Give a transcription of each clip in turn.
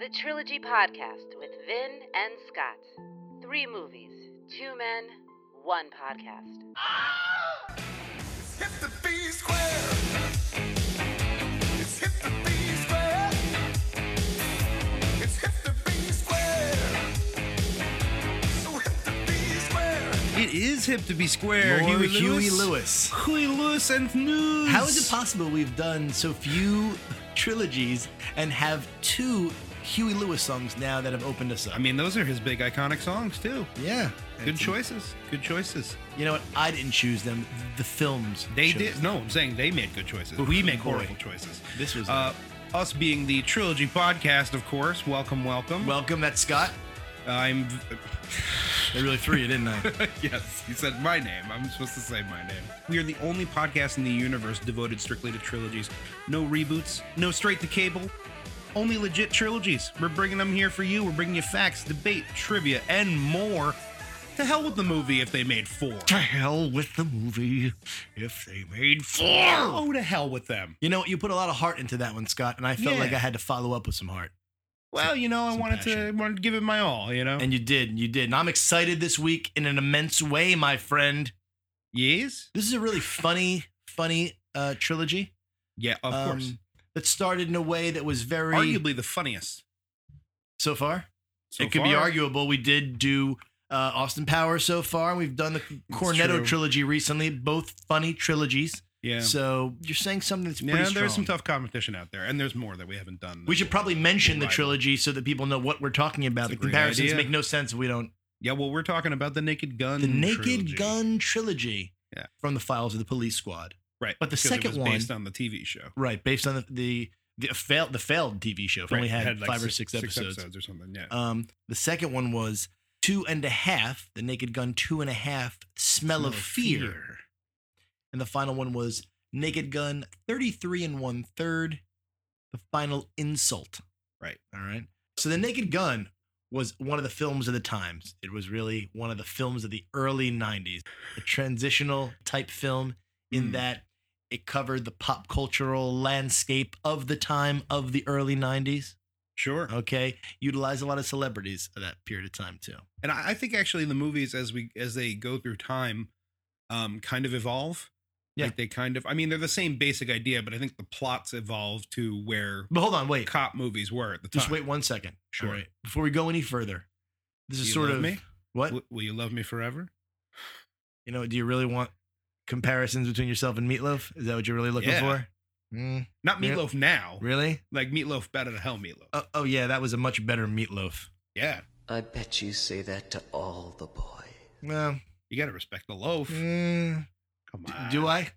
the Trilogy Podcast with Vin and Scott. Three movies, two men, one podcast. Hit the B square. It's hit the B square. It's hit the B square. So hit the B square. It is hip to be square. More Huey, Huey Lewis. Lewis. Huey Lewis and news. How is it possible we've done so few trilogies and have two Huey Lewis songs now that have opened us up? I mean, those are his big iconic songs too. yeah, Good It's- choices. Good choices. You know what? I didn't choose them. The films. They chose did. them. No, I'm saying they made good choices. Oof, We make boy. horrible choices. This was- uh, us being the trilogy podcast, of course. Welcome, welcome. Welcome, that's Scott. I'm. I really threw you, didn't I? yes, he said my name. I'm supposed to say my name. We are the only podcast in the universe devoted strictly to trilogies. No reboots. No straight to cable. Only legit trilogies. We're bringing them here for you. We're bringing you facts, debate, trivia, and more. To hell with the movie if they made four. to hell with the movie if they made Oh, to hell with them. You know what? You put a lot of heart into that one, Scott, and I felt Yeah. like I had to follow up with some heart. Well, you know, I Some wanted to passion. wanted to give it my all. You know. And you did, and you did. And I'm excited this week in an immense way, my friend. yes. This is a really funny, funny uh, trilogy. Yeah, of um, course. That started in a way that was very Arguably the funniest. so far. so it could be far. arguable. We did do uh, Austin Power so far, and we've done the Cornetto true. trilogy recently. Both funny trilogies. Yeah. So you're saying something that's pretty yeah, there's some strong. tough competition out there, and there's more that we haven't done. we should probably mention the Right. trilogy so that people know what we're talking about. That's a The great comparisons idea. make no sense if we don't. Yeah, well, we're talking about the Naked Gun. The Naked trilogy. Gun trilogy Yeah. from the files of the Police Squad. right? but the because it second was one- based on the TV show. Right, based on the the the, fail, the failed TV show. It Right, only it had, like, five or six, episodes. or something. Yeah, Um, the second one was two and a half, the Naked Gun two and a half, Smell, Smell of fear. And the final one was Naked Gun 33 and one third, the final insult. Right. All right. So the Naked Gun was one of the films of the times. It was really one of the films of the early 90s, a transitional type film in Mm. that it covered the pop cultural landscape of the time of the early 90s Sure. okay utilize a lot of celebrities at that period of time too and I, I think actually the movies as we as they go through time, um, kind of evolve. Yeah. like they kind of. I mean, they're the same basic idea, but I think the plots evolve to where but hold on wait cop movies were at the time. just wait one second Sure. All right. before we go any further this Do is you sort love of me? what Will, will you love me forever? you know do you really want comparisons between yourself and meatloaf is that what you're really looking Yeah. for Mm, Not Yeah. meatloaf now. really Like meatloaf better than hell meatloaf. oh, oh yeah that was a much better meatloaf yeah, I bet you say that to all the boys. well you gotta respect the loaf. mm, Come d- on, do i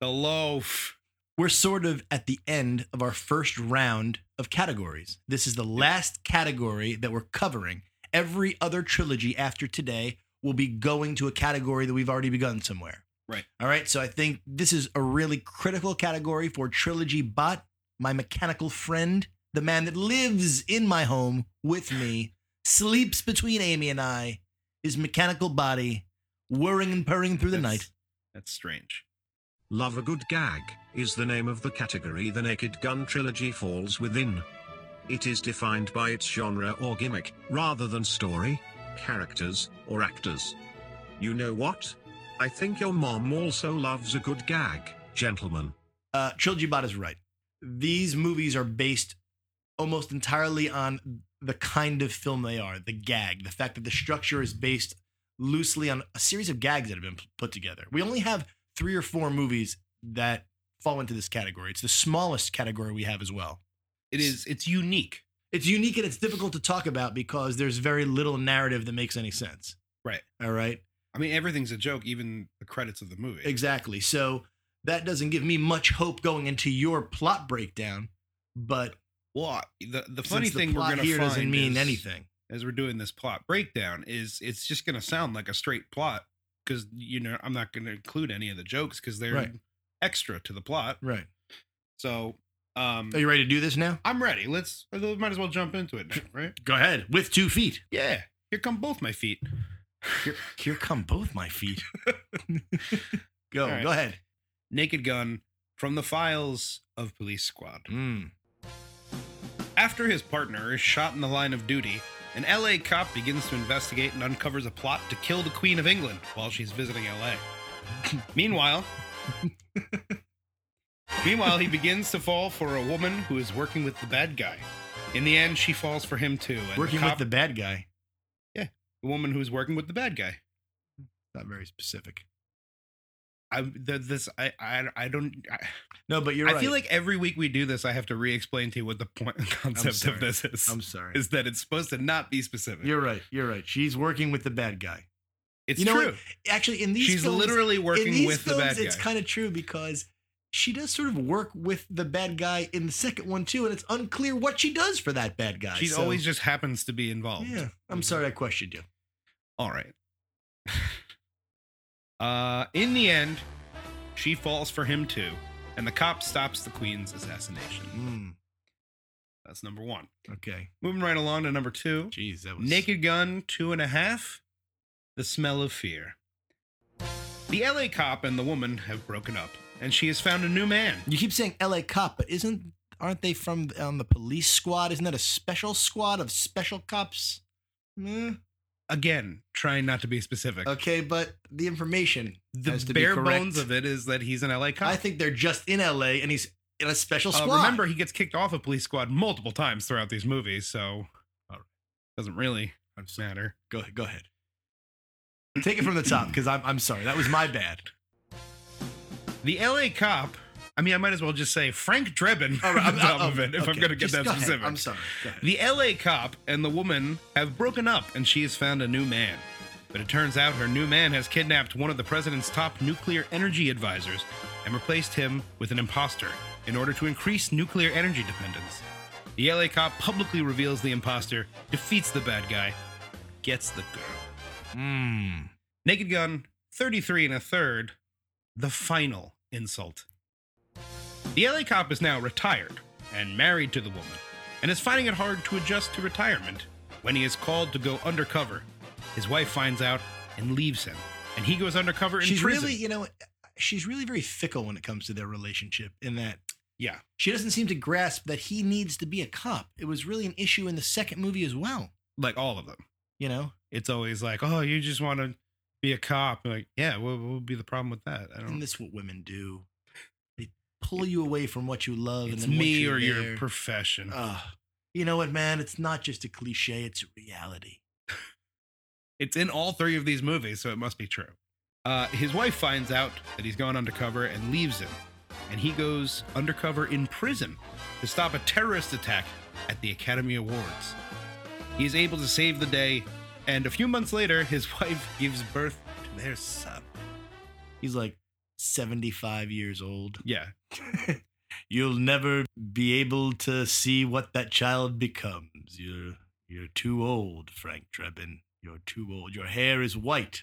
the loaf? we're sort of at the end of our first round of categories. This is the last category that we're covering. Every other trilogy after today will be going to a category that we've already begun somewhere. Right. All right. So I think this is a really critical category for Trilogy Bot, my mechanical friend, the man that lives in my home with me, sleeps between Amy and I, his mechanical body, whirring and purring through the That's- night. That's strange. Love a Good Gag, is the name of the category the Naked Gun trilogy falls within. It is defined by its genre or gimmick, rather than story, characters, or actors. You know what? I think your mom also loves a good gag, gentlemen. uh, Trilogy Bot is right. These movies are based almost entirely on the kind of film they are, the gag, the fact that the structure is based loosely on a series of gags that have been p- put together. We only have three or four movies that fall into this category. It's the smallest category we have as well. It is. It's unique. It's unique and it's difficult to talk about because there's very little narrative that makes any sense. Right. All right. I mean, everything's a joke, even the credits of the movie. Exactly. So that doesn't give me much hope going into your plot breakdown, but Well, the the funny since the thing we're plot gonna here find doesn't mean is, anything. as we're doing this plot breakdown is it's just gonna sound like a straight plot because you know I'm not gonna include any of the jokes because they're Right. extra to the plot. Right. So, um, Are you ready to do this now? I'm ready. Let's we might as well jump into it now, right? Go ahead. With two feet. Yeah. Here come both my feet. Here, here come both my feet. go, All right. go ahead. Naked Gun from the files of Police Squad. Mm. After his partner is shot in the line of duty, an LA cop begins to investigate and uncovers a plot to kill the Queen of England while she's visiting LA. meanwhile, meanwhile he begins to fall for a woman who is working with the bad guy. In the end, she falls for him too. And the, Working cop, with the bad guy. the woman who's working with the bad guy. Not very specific. I the, this I I, I don't. I, No, but you're I right. feel like every week we do this, I have to re-explain to you what the point and concept sorry. of this is. I'm sorry. is that it's supposed to not be specific. You're right. You're right. She's working with the bad guy. it's you know true. what? Actually, in these She's films, literally in working these with the films, bad guy. It's kind of true because she does sort of work with the bad guy in the second one too, and it's unclear what she does for that bad guy. she so- always just happens to be involved. Yeah, I'm sorry I questioned you. All right. uh, in the end, she falls for him too, and the cop stops the queen's assassination. Mm, That's number one. okay. Moving right along to number two. Jeez, that was Naked Gun two and a half. The smell of fear. The LA cop and the woman have broken up, and she has found a new man. You keep saying L.A. cop, but isn't aren't they from um, the police squad? Isn't that a special squad of special cops? Eh, Again, trying not to be specific. okay, but the information the has to bare be bones of it is that he's an LA cop. I think they're just in L.A. and he's in a special Uh, squad. remember, he gets kicked off a police squad multiple times throughout these movies, so uh, doesn't really matter. Go go ahead. Take it from the top because I'm I'm sorry that was my bad. The LA cop. I mean, I might as well just say Frank Drebin All on right, I'm- top I'm- of it if I'm okay, going to get just that go ahead. specific. I'm sorry. Go ahead. The LA cop and the woman have broken up, and she has found a new man. But it turns out her new man has kidnapped one of the president's top nuclear energy advisors and replaced him with an imposter in order to increase nuclear energy dependence. The LA cop publicly reveals the imposter, defeats the bad guy, gets the girl. Mm. Naked Gun 33 and a third, the final insult. The LA cop is now retired and married to the woman and is finding it hard to adjust to retirement when he is called to go undercover. His wife finds out and leaves him, and he goes undercover in She's prison. really you know she's really very fickle when it comes to their relationship in that yeah. she doesn't seem to grasp that he needs to be a cop. It was really an issue in the second movie as well. Like all of them. You know, It's always like, oh, you just want to be a cop. Like, yeah, what what would be the problem with that? I and don't this is what women do. They pull you away from what you love. and It's then me or your your. profession. you know what, man? It's not just a cliche; it's reality. It's in all three of these movies, so it must be true. Uh, his wife finds out that he's gone undercover and leaves him, and he goes undercover in prison to stop a terrorist attack at the Academy Awards. He is able to save the day, and a few months later, his wife gives birth to their son. He's like seventy-five years old. Yeah, You'll never be able to see what that child becomes. You're you're too old, Frank Drebin. You're too old. Your hair is white.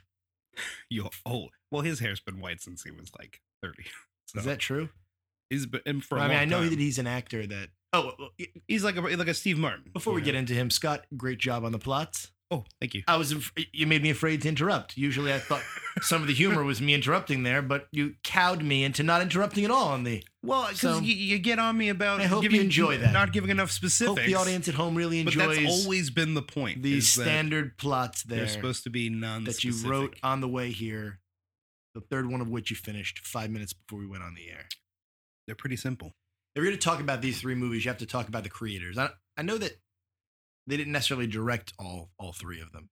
you're old. Well, his hair's been white since he was like 30. So Is that true? he's been Oh. for a I mean, long I know time. that he's an actor that Oh, well, y- he's like a, like a Steve Martin. before we you get know? into him, Scott, great job on the plots. oh, thank you. I was af- you made me afraid to interrupt. Usually I thought some of the humor was me interrupting there, but you cowed me into not interrupting at all on the Well, because So- you, you get on me about I hope you giving, enjoy that. not giving enough specifics. Hope the audience at home really but enjoys that's always been the point. the is that standard plots there. They're supposed to be non that you wrote on the way here, the third one of which you finished five minutes before we went on the air. They're pretty simple. If you're going to talk about these three movies, you have to talk about the creators. I, I know that they didn't necessarily direct all all three of them,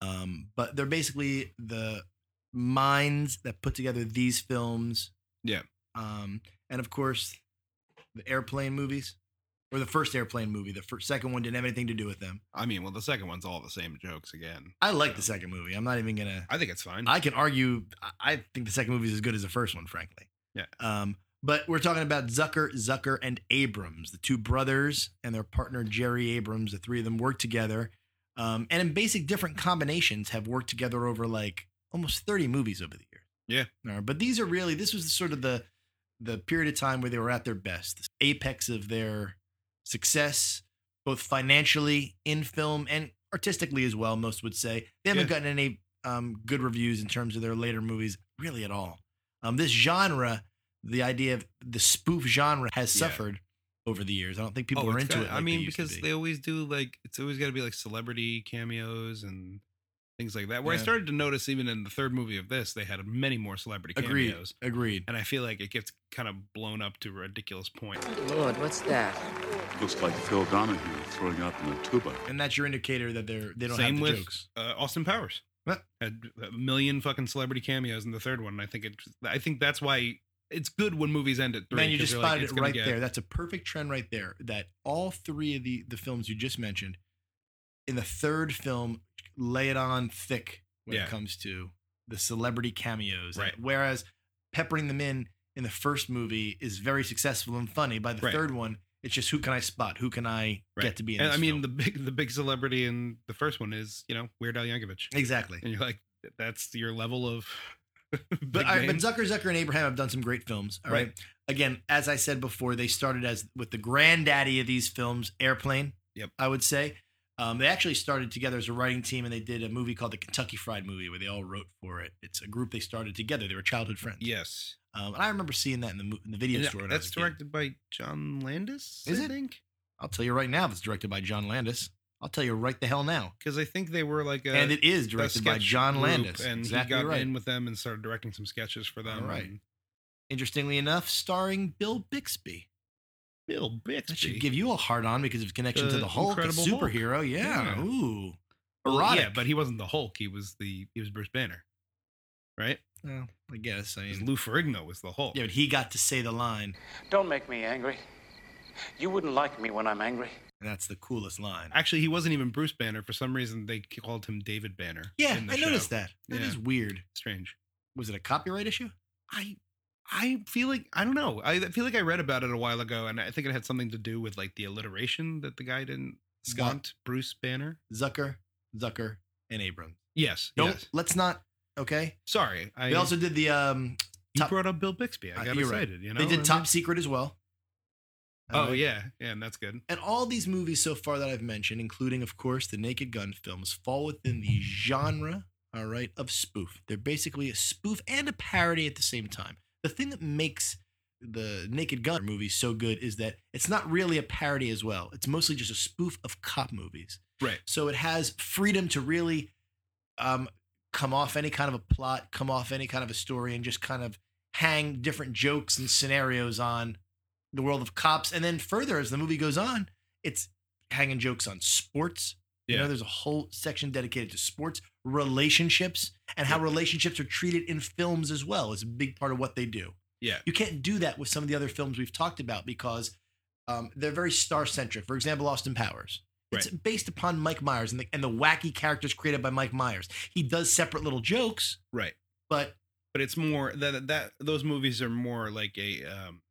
um, but they're basically the minds that put together these films. Yeah. Um, and of course, the airplane movies, or the first airplane movie. The first, second one didn't have anything to do with them. I mean, well, the second one's all the same jokes again. I like the second movie. I'm not even gonna. I think it's fine. I can argue. I- I think the second movie is as good as the first one, frankly. Yeah. Um, but we're talking about Zucker, Zucker, and Abrams, the two brothers and their partner Jerry Abrams. The three of them work together, um, and in basic different combinations, have worked together over like almost thirty movies over the years. Yeah. Uh, but these are really this was sort of the the period of time where they were at their best, the apex of their success, both financially in film and artistically as well. Most would say they haven't Yeah. gotten any um, good reviews in terms of their later movies, really at all. Um, this genre, the idea of the spoof genre, has Yeah. suffered over the years. I don't think people Oh, are it's into got- it. I like they mean, used to because be. they always do like it's always got to be like celebrity cameos and things like that. Where I Yeah. started to notice even in the third movie of this, they had many more celebrity agreed, cameos, agreed. and I feel like it gets kind of blown up to a ridiculous point. Lord, what's that? Looks like Phil Donahue throwing up in a tuba. And that's your indicator that they're they don't Same have the with jokes. uh, Austin Powers. What? Had a million fucking celebrity cameos in the third one. And I think it. I think that's why it's good when movies end at three. Man, you 'cause just you're like, spotted it's it gonna right get- there. That's a perfect trend right there. That all three of the the films you just mentioned, in the third film, lay it on thick when Yeah. it comes to the celebrity cameos. Right. Whereas peppering them in in the first movie is very successful and funny. By the Right. third one, it's just who can I spot? Who can I Right. get to be in? And This I mean, film? the big the big celebrity in the first one is you know Weird Al Yankovic, exactly. and you're like, that's your level of. But, big all right, but names. Zucker, Zucker, and Abraham have done some great films. All right. Right. Again, as I said before, they started as with the granddaddy of these films, Airplane. Yep. I would say. Um, they actually started together as a writing team, and they did a movie called the Kentucky Fried Movie, where they all wrote for it. It's a group they started together. They were childhood friends. yes, Um, and I remember seeing that in the mo- in the video And store. when I that's was a kid. directed by John Landis. Is I it? think I'll tell you right now, if it's directed by John Landis. I'll tell you right the hell now. because I think they were like a and it is a directed by sketch John group, Landis. and exactly he got right. in with them and started directing some sketches for them. All right. and- Interestingly enough, starring Bill Bixby. Bill Bixby. That should give you a hard on because of connection to The the Hulk, the Incredible Hulk. superhero. Yeah. Yeah. Ooh. Well, Erotic. Yeah, but he wasn't the Hulk. He was the he was Bruce Banner, right? Well, I guess. I 'Cause mean, Lou Ferrigno was the Hulk. yeah, but he got to say the line, Don't make me angry. You wouldn't like me when I'm angry. and that's the coolest line. Actually, he wasn't even Bruce Banner. For some reason, they called him David Banner. yeah, in the I show. noticed that. That is Yeah. weird. Strange. Was it a copyright issue? I I feel like I don't know. I feel like I read about it a while ago, and I think it had something to do with like the alliteration that the guy didn't Scott. want Bruce Banner. Zucker, Zucker, and Abrams. Yes. Don't, yes. let's not, okay? Sorry. I they also did the, um, you top- brought up Bill Bixby. I Uh, got you're right. excited. You know. they I did mean- Top Secret as well. Oh Uh, yeah, yeah, and that's good. And all these movies so far that I've mentioned, including, of course, the Naked Gun films, fall within the genre, all right, of spoof. They're basically a spoof and a parody at the same time. The thing that makes the Naked Gun movie so good is that it's not really a parody as well. It's mostly just a spoof of cop movies. Right. So it has freedom to really um, come off any kind of a plot, come off any kind of a story, and just kind of hang different jokes and scenarios on the world of cops. And then further, as the movie goes on, it's hanging jokes on sports. You Yeah. know, there's a whole section dedicated to sports, relationships, and how relationships are treated in films as well is a big part of what they do. Yeah. You can't do that with some of the other films we've talked about because um, they're very star centric. For example, Austin Powers. It's based upon Mike Myers and the, and the wacky characters created by Mike Myers. He does separate little jokes, Right. but but it's more that that those movies are more like a um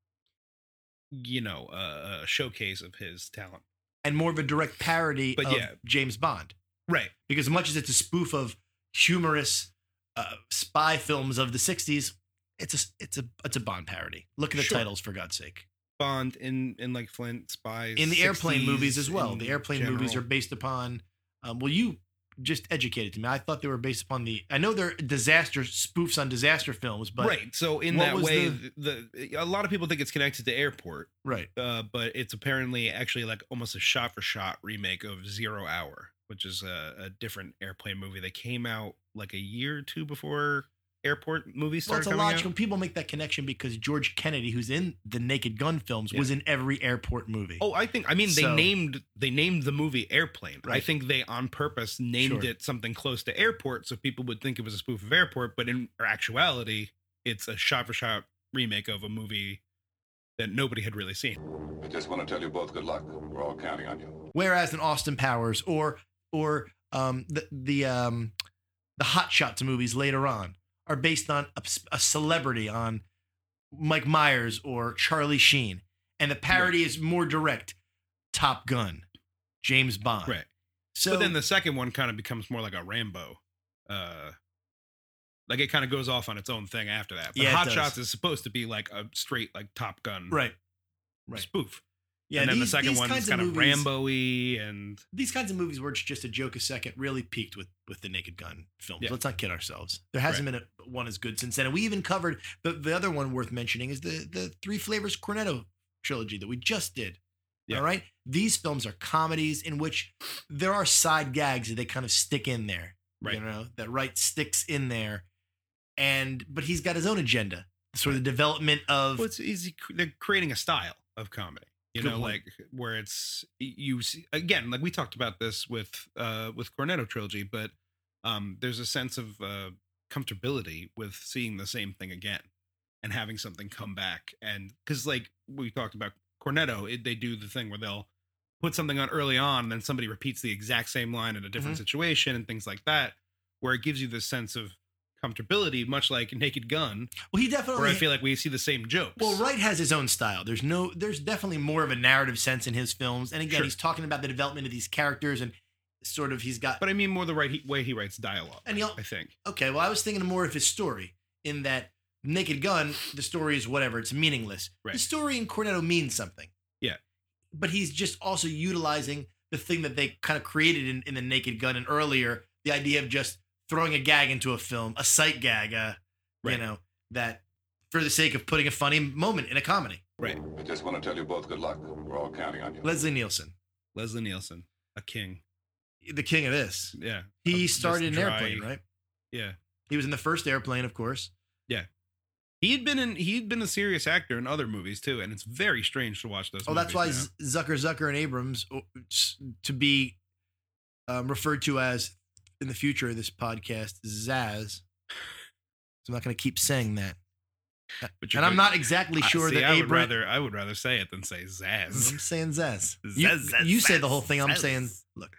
you know uh, a showcase of his talent and more of a direct parody But of yeah. James Bond. right Because much as it's a spoof of humorous uh, spy films of the '60s, it's a it's a it's a Bond parody. Look at the Sure. titles for God's sake. bond in in like flint spies In the airplane 60s movies as well. in The airplane movies are general. based upon. Um, well, you just educated me. I thought they were based upon the. I know they're disaster spoofs on disaster films, but right so in what that was way the- the, the a lot of people think it's connected to airport right. uh but it's apparently actually like almost a shot for shot remake of zero hour which is a, a different airplane movie that came out like a year or two before airport movies Well, started it's a coming out. logical. People make that connection because George Kennedy, who's in the Naked Gun films, Yeah. was in every airport movie. Oh, I think I mean they So- named they named the movie Airplane. I Right. think they on purpose named Sure. it something close to airport so people would think it was a spoof of airport, but in actuality, it's a shot for shot remake of a movie that nobody had really seen. I just want to tell you both good luck. We're all counting on you. Whereas in Austin Powers or or um, the the um, the Hot Shots movies later on are based on a, a celebrity on Mike Myers or Charlie Sheen, and the parody is more direct. Top Gun, James Bond. Right. So but then the second one kind of becomes more like a Rambo. Uh like it kind of goes off on its own thing after that. But Yeah, it Hot does. Shots is supposed to be like a straight like Top Gun right. Right. spoof. Yeah. and then these- the second these one is kinds kind of movies- Rambo y and these kinds of movies where it's just a joke a second really peaked with with the Naked Gun films. Yeah. Let's not kid ourselves. There hasn't been a, one as good since then. And we even covered the the other one worth mentioning is the the Three Flavors Cornetto trilogy that we just did. Yeah. All right. These films are comedies in which there are side gags that they kind of stick in there. You Right. know, that Wright sticks in there. And but he's got his own agenda. Sort of the development of Well, it's easy. They're creating a style of comedy, you Good know, point. like where it's you see again, like we talked about this with uh with Cornetto trilogy, but um there's a sense of uh comfortability with seeing the same thing again and having something come back and because like we talked about Cornetto, it, they do the thing where they'll put something on early on, and then somebody repeats the exact same line in a different Mhm. situation and things like that, where it gives you this sense of comfortability, much like Naked Gun, well he where definitely I feel like we see the same jokes. Well, Wright has his own style. There's no, there's definitely more of a narrative sense in his films. And again, Sure. he's talking about the development of these characters and sort of he's got. But I mean more the right he, way he writes dialogue. And he'll- I think. okay, well, I was thinking more of his story in that Naked Gun, the story is whatever, it's meaningless. The Right. story in Cornetto means something. Yeah. But he's just also utilizing the thing that they kind of created in, in the Naked Gun and earlier, the idea of just throwing a gag into a film, a sight gag, uh, you Right. know, that for the sake of putting a funny moment in a comedy. Right. I just want to tell you both good luck. We're all counting on you. Leslie Nielsen. Leslie Nielsen, a king. the king of this. Yeah. He Of just started an dry- airplane, right? Yeah. He was in the first airplane, of course. He had been in he had been a serious actor in other movies too, and it's very strange to watch those. oh, that's why movies Z- Zucker, Zucker, and Abrams oh, s- to be um, referred to as in the future of this podcast, Zaz. So I'm not going to keep saying that, now. But and you're I'm gonna- not exactly I- sure see, that I would Abrams. rather I would rather say it than say Zaz. I'm saying Zaz. Zaz, you Zaz, you say Zaz, the whole thing. I'm Zaz. saying look,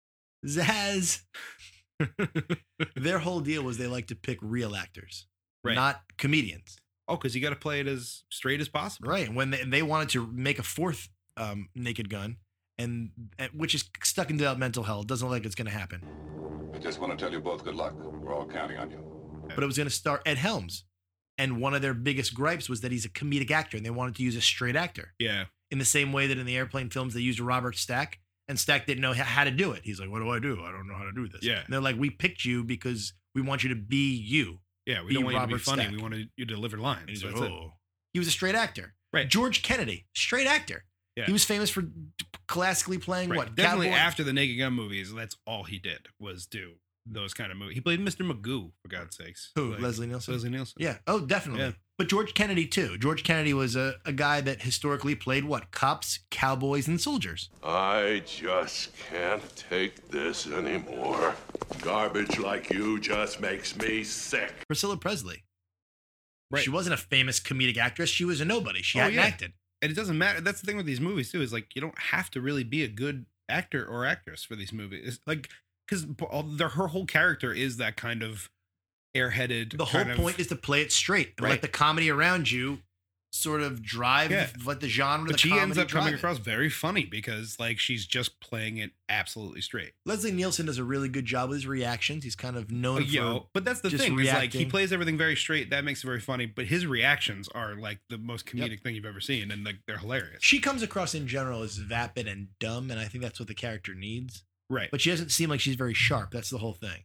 Zaz. Their whole deal was they like to pick real actors, Right. not comedians. oh, because you got to play it as straight as possible. Right. When they, they wanted to make a fourth um, Naked Gun, and, and- which is stuck in developmental hell, It doesn't look like it's going to happen. I just want to tell you both good luck. We're all counting on you. But it was going to star Ed Helms, and one of their biggest gripes was that he's a comedic actor, and they wanted to use a straight actor Yeah. in the same way that in the airplane films they used Robert Stack, and Stack didn't know h- how to do it. He's like, "What do I do? I don't know how to do this." Yeah. And they're like, "We picked you because we want you to be you." Yeah. We Be don't want you E. Robert to be funny. Stack. We want you to deliver lines. And he's That's like, it. "Oh." He was a straight actor. Right. George Kennedy, straight actor. Yeah. He was famous for classically playing Right. what? Definitely Cowboy- after the Naked Gun movies, that's all he did was do those kind of movies. He played Mr. Magoo, for God's sakes. Who? Like, Leslie Nielsen. Leslie Nielsen. Yeah. Oh, definitely. Yeah. But George Kennedy too. George Kennedy was a, a guy that historically played what? Cops, cowboys, and soldiers. I just can't take this anymore. Garbage like you just makes me sick. Priscilla Presley. Right. She wasn't a famous comedic actress. She was a nobody. She Oh, hadn't yeah. acted. and it doesn't matter. That's the thing with these movies too. Is like you don't have to really be a good actor or actress for these movies. It's like because the her whole character is that kind of airheaded. The whole kind of- point is to play it straight and let Right. the comedy around you sort of drive, Yeah. let the genre, But the she comedy ends up drive coming it. across very funny because like she's just playing it absolutely straight. Leslie Nielsen does a really good job with his reactions. He's kind of known But, you for know, but that's the just thing. Is like he reacting. plays everything very straight. That makes it very funny. But his reactions are like the most comedic thing you've ever seen, and like they're hilarious. she comes across in general as vapid and dumb, and I think that's what the character needs. Right. but she doesn't seem like she's very sharp. That's the whole thing.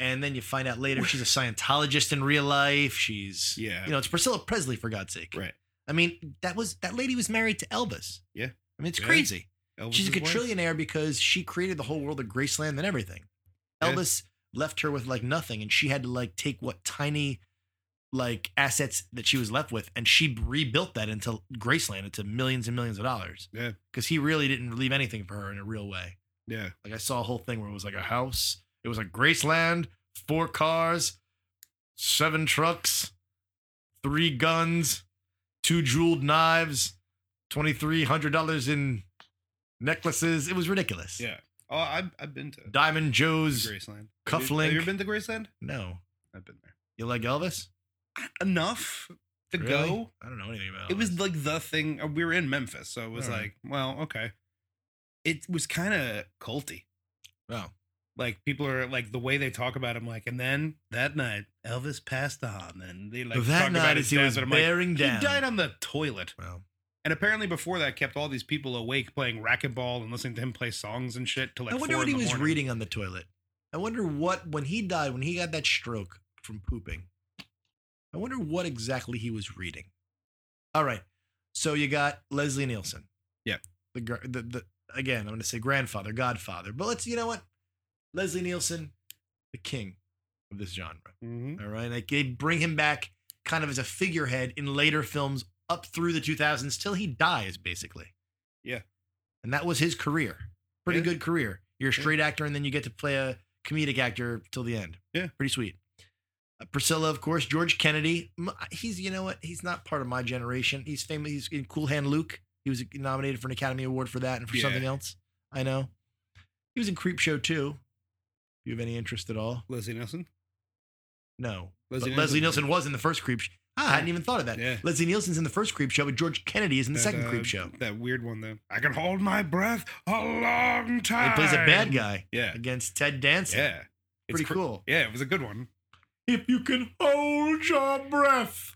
And then you find out later she's a Scientologist in real life. She's Yeah. you know, it's Priscilla Presley for God's sake. right. I mean, that was that lady was married to Elvis. Yeah. I mean, it's Yeah. crazy. she's Elvis's a wife? quadrillionaire because she created the whole world of Graceland and everything. Yeah. Elvis left her with like nothing, and she had to like take what tiny like assets that she was left with, and she rebuilt that into Graceland into millions and millions of dollars. Yeah. Because he really didn't leave anything for her in a real way. Yeah. Like I saw a whole thing where it was like a house. It was like Graceland, four cars, seven trucks, three guns, two jeweled knives, twenty three hundred dollars in necklaces. It was ridiculous. Yeah. Oh, I've I've been to Diamond Joe's. Graceland. Have you- Cuff Have link. you ever been to Graceland? No, I've been there. you like Elvis? Enough to Really? go. I don't know anything about. It Elvis. was like the thing. uh, We were in Memphis, so it was Alright. like, well, okay. It was kind of culty. wow. Like people are like the way they talk about him. Like, and then that night, Elvis passed on, and they like that talk night about as his he death, was and I'm like, bearing down. He died on the toilet, Wow. and apparently before that, kept all these people awake playing racquetball and listening to him play songs and shit till like. I wonder four what in he the was morning. reading on the toilet. I wonder what when he died when he got that stroke from pooping. I wonder what exactly he was reading. All right. So you got Leslie Nielsen. Yep. The gr- the, the again, I'm going to say grandfather, godfather, but let's you know what? Leslie Nielsen, the king of this genre. Mm-hmm. All right. Like they bring him back kind of as a figurehead in later films up through the 2000s till he dies, basically. Yeah. And that was his career. Pretty Yeah. good career. You're a straight actor, and then you get to play a comedic actor till the end. Yeah. Pretty sweet. Uh, Priscilla, of course, George Kennedy. M- uh, He's, you know what? He's not part of my generation. He's famous. He's in Cool Hand Luke. He was nominated for an Academy Award for that and for Yeah. something else. I know. He was in Creep Show too. If you have any interest at all. Leslie Nielsen. No. Leslie Leslie, but Leslie Nielsen. Nielsen was in the first creep. Sh- ah, I hadn't even thought of that. Yeah. Leslie Nielsen's in the first creep show, but George Kennedy is in the That, second uh, creep show. That weird one though. I can hold my breath a long He time. plays a bad guy Yeah. against Ted Danson. Yeah. It's Pretty cr- cool. Yeah, it was a good one. If you can hold your breath.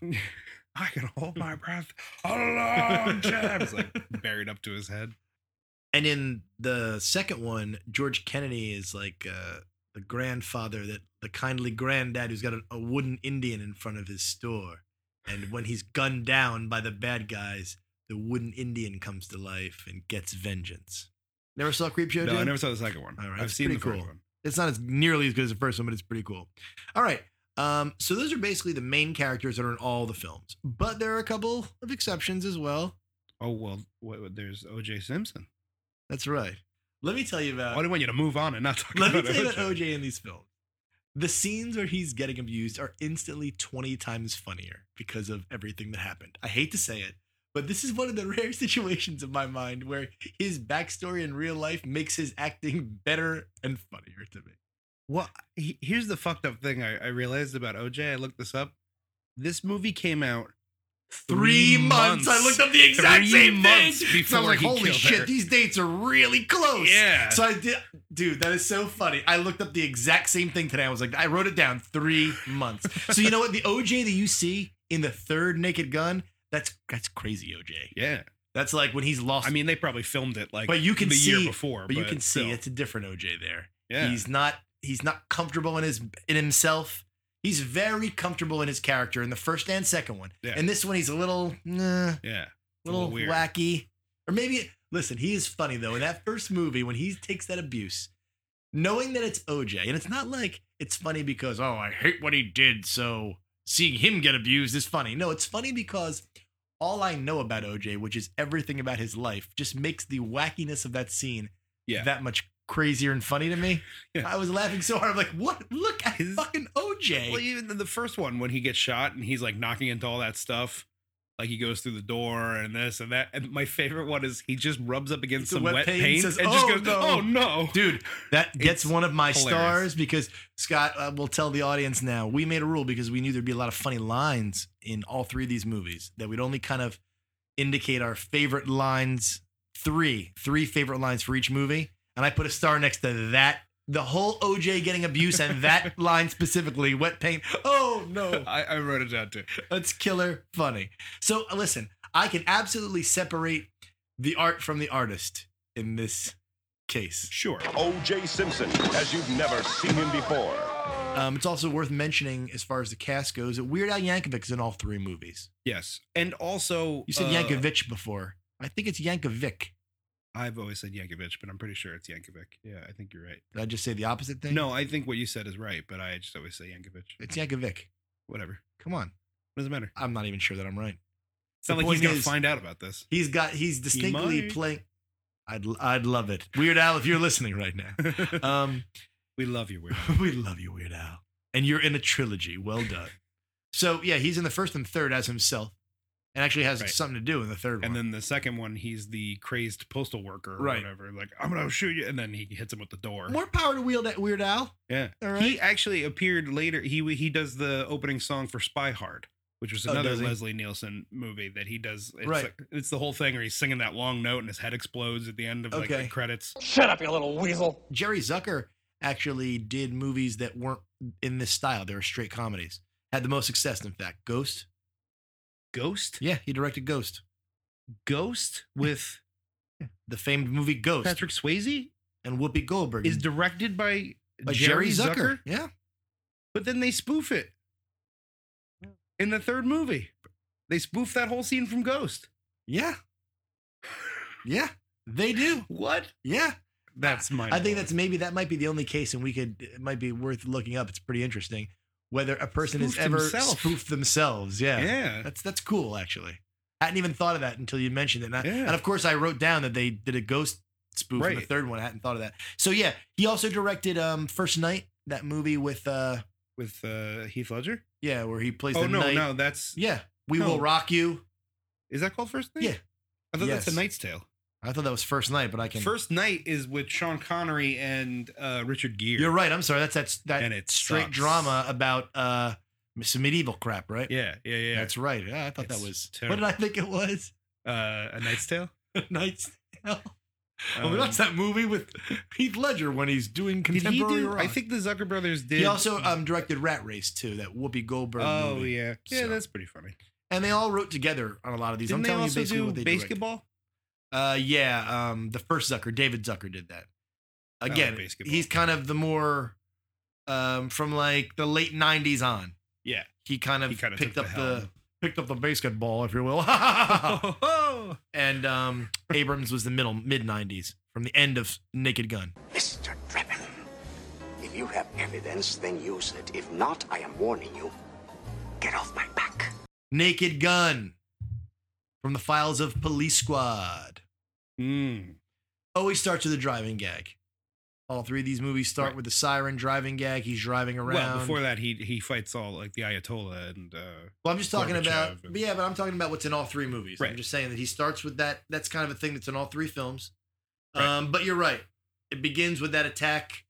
I can hold my breath a long time. It's like buried up to his head. And in the second one, George Kennedy is like uh, the grandfather that the kindly granddad who's got a, a wooden Indian in front of his store. And when he's gunned down by the bad guys, the wooden Indian comes to life and gets vengeance. Never saw Creep Show? No, I dude? never saw the second one. All right, I've it's seen the pretty first cool. one. it's not as nearly as good as the first one, but it's pretty cool. All right. Um, so those are basically the main characters that are in all the films, but there are a couple of exceptions as well. Oh well, what, what- there's O.J. Simpson. That's right. Let me tell you about. Why do I want you to move on and not talk let me about tell you about OJ? OJ in these films. The scenes where he's getting abused are instantly 20 times funnier because of everything that happened. I hate to say it, but this is one of the rare situations in my mind where his backstory in real life makes his acting better and funnier to me. Well, he- here's the fucked up thing I, I realized about OJ. I looked this up. This movie came out three months. I looked up the exact Three same months thing. before so I was like, he holy killed shit, her. these dates are really close. Yeah. So I did, dude, that is so funny. I looked up the exact same thing today. I was like, I wrote it down three months. so you know what? The OJ that you see in the third Naked Gun, that's that's crazy OJ. Yeah, That's like when he's lost. I mean they probably filmed it like but you can the see, year before. but, you can see still. it's a different OJ there. Yeah, He's not he's not comfortable in his in himself. He's very comfortable in his character in the first and second one. Yeah. And this one he's a little nah, yeah, a little, weird. wacky. Or maybe listen, he is funny though. In that first movie, when he takes that abuse, knowing that it's OJ, and it's not like it's funny because, oh, I hate what he did, so seeing him get abused is funny. No, it's funny because all I know about OJ, which is everything about his life, just makes the wackiness of that scene Yeah. that much crazier and funny to me. Yeah. I was laughing so hard. I'm like, what? Look at His- fucking OJ. Well, even the- the first one when he gets shot and he's like knocking into all that stuff, like he goes through the door and this and that. And my favorite one is he just rubs up against The some wet wet, paint paint, says, and just "Oh, goes, no." "Oh no, dude that gets It's one of my hilarious. stars because scott uh, will tell the audience now we made a rule because we knew there'd be a lot of funny lines in all three of these movies that we'd only kind of indicate our favorite lines three three favorite lines for each movie and i put a star next to that the whole oj getting abuse and that line specifically wet paint oh no I, I wrote it down too. that's killer funny. So uh, listen, I can absolutely separate the art from the artist in this case. Sure. O.J. Simpson, as you've never seen him before. Um, it's also worth mentioning as far as the cast goes that Weird Al Yankovic's in all three movies. Yes. And also, You said uh, Yankovic before. I think it's Yankovic. I've always said Yankovic, but I'm pretty sure it's Yankovic. Yeah, I think you're right. Did I just say the opposite thing? No, I think what you said is right, but I just always say Yankovic. it's Yankovic. Whatever. Come on, What does it matter? I'm not even sure that I'm right. It's not The like he's point going to is- find out about this. He's got he's distinctly might. playing. I'd I'd love it, Weird Al, if you're listening right now. Um, we love you, Weird. we love you, Weird Al. And you're in a trilogy. Well done. so yeah, he's in the first and third as himself, and actually has Right. something to do in the third And one. then the second one, he's the crazed postal worker or Right. whatever. Like, I'm going to shoot you. And then he hits him with the door. more power to wield at Weird Al. Yeah. All right. He actually appeared later. He he does the opening song for Spy Hard, which was Oh, another does he? Leslie Nielsen movie that he does. It's Right. like- it's the whole thing where he's singing that long note and his head explodes at the end of like Okay. the credits. Jerry Zucker actually did movies that weren't in this style. They were straight comedies. Had the most success, in fact. Ghost. Ghost? Yeah, he directed Ghost, Ghost with the famed movie Ghost, Patrick Swayze and Whoopi Goldberg is directed by By Jerry, Zucker, Yeah, but then they spoof it in the third movie. They spoof that whole scene from Ghost. Yeah. Yeah, they do. What? Yeah. That's my. I think that's maybe that might be the only case, and we could it might be worth looking up. It's pretty interesting whether a person has Spoofed ever himself. spoofed themselves. Yeah. Yeah. that's that's cool actually. I hadn't even thought of that until you mentioned it, and, I- Yeah. and of course I wrote down that they did a ghost spoof in the Right. third one. I hadn't thought of that. So yeah, he also directed um First Night, that movie with uh With uh, Heath Ledger. yeah where he plays Oh the no, knight. no, that's Yeah, We No. Will Rock You. is that called First Night? Yeah. I thought Yes. that's a Knight's Tale. I thought that was First Night, but I can. First Night is with Sean Connery and uh, Richard Gere. You're right. I'm sorry. That's that that And it straight sucks. drama about uh some medieval crap, right? Yeah, yeah, yeah. That's right. Yeah, I thought It's that was. terrible. What did I think it was? uh, a Knight's Tale. Night's Tale. Oh, Um, that's that movie with Heath Ledger when he's doing did he contemporary do? rock. I think the Zucker brothers did. he also um, directed Rat Race too, that Whoopi Goldberg Oh movie. yeah, yeah. So- That's pretty funny. And they all wrote together on a lot of these. Didn't I'm they telling also you basically do what they directed. basketball? Uh, yeah, um, the first Zucker, David Zucker, did that. like Again, basketball. he's kind of the more um, from like the late '90s on. Yeah. he kind of He kind of picked took up the the helm. picked up the basketball, if you will. Oh, oh. and um, Abrams was the middle mid '90s from the end of Naked Gun. Mr. Drebin, if you have evidence, then use it. If not, I am warning you. Get off my back. Naked Gun from the files of Police Squad. Mm. Always starts with a driving gag. All three of these movies start Right. with the siren driving gag. He's driving around. Well, before that, he he fights all like the Ayatollah and uh, Well, I'm just talking about, Gorbachev and- but yeah, but I'm talking about what's in all three movies. I'm Right. just saying that he starts with that. That's kind of a thing that's in all three films. Right. Um, but you're right. It begins with that attack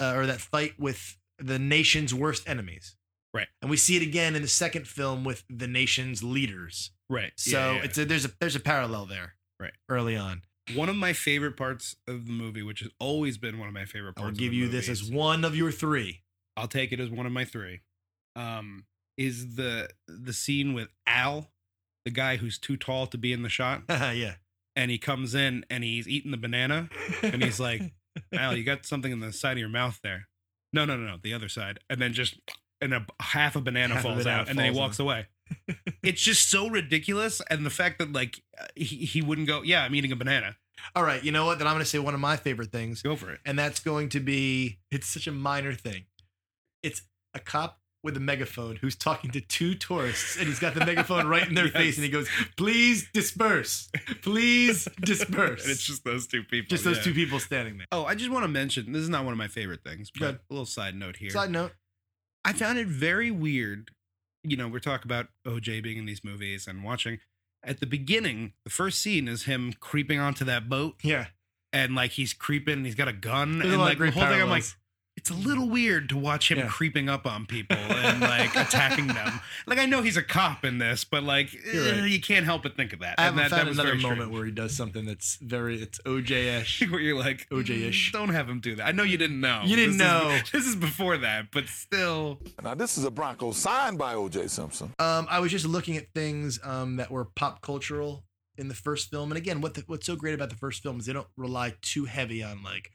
uh, or that fight with the nation's worst enemies. Right. And we see it again in the second film with the nation's leaders. right. So it's a, there's a there's a parallel there. Right. Early on, one of my favorite parts of the movie, which has always been one of my favorite I parts. will of give the you this movies. as one of your three. I'll take it as one of my three. Um, is the the scene with Al, the guy who's too tall to be in the shot, yeah. and he comes in and he's eating the banana, and he's like, "Al, you got something in the side of your mouth there." No, no, no, no, the other side, and then just and a half a banana Half a falls banana out, and then he falls walks away. it's just so ridiculous, and the fact that like uh, he he wouldn't go, "Yeah, I'm eating a banana." All right. You know what? Then I'm going to say one of my favorite things. Go for it. and that's going to be it's such a minor thing. It's a cop with a megaphone who's talking to two tourists and he's got the megaphone right in their Yes. face and he goes, "Please disperse. Please disperse." And it's just those two people. Just those yeah. two people standing there. Oh, I just want to mention this is not one of my favorite things, but Good. a little side note here. Side note, I found it very weird. You know, we're talking about OJ being in these movies and watching. At the beginning, the first scene is him creeping onto that boat yeah. and like he's creeping and he's got a gun. There's a and lot of like the great whole thing, I'm like, parallels. it's a little weird to watch him Yeah. creeping up on people and like attacking them. Like, I know he's a cop in this, but like, You're right. eh, you can't help but think of that. I haven't that, found that was another very moment strange. where he does something that's very it's OJ-ish. where you're like OJ-ish. "Mm, Don't have him do that. I know you didn't know. You didn't This is- know. this is before that, but still. Now, this is a Bronco signed by O.J. Simpson. Um, I was just looking at things um, that were pop cultural in the first film, and again, what the, what's so great about the first film is they don't rely too heavy on like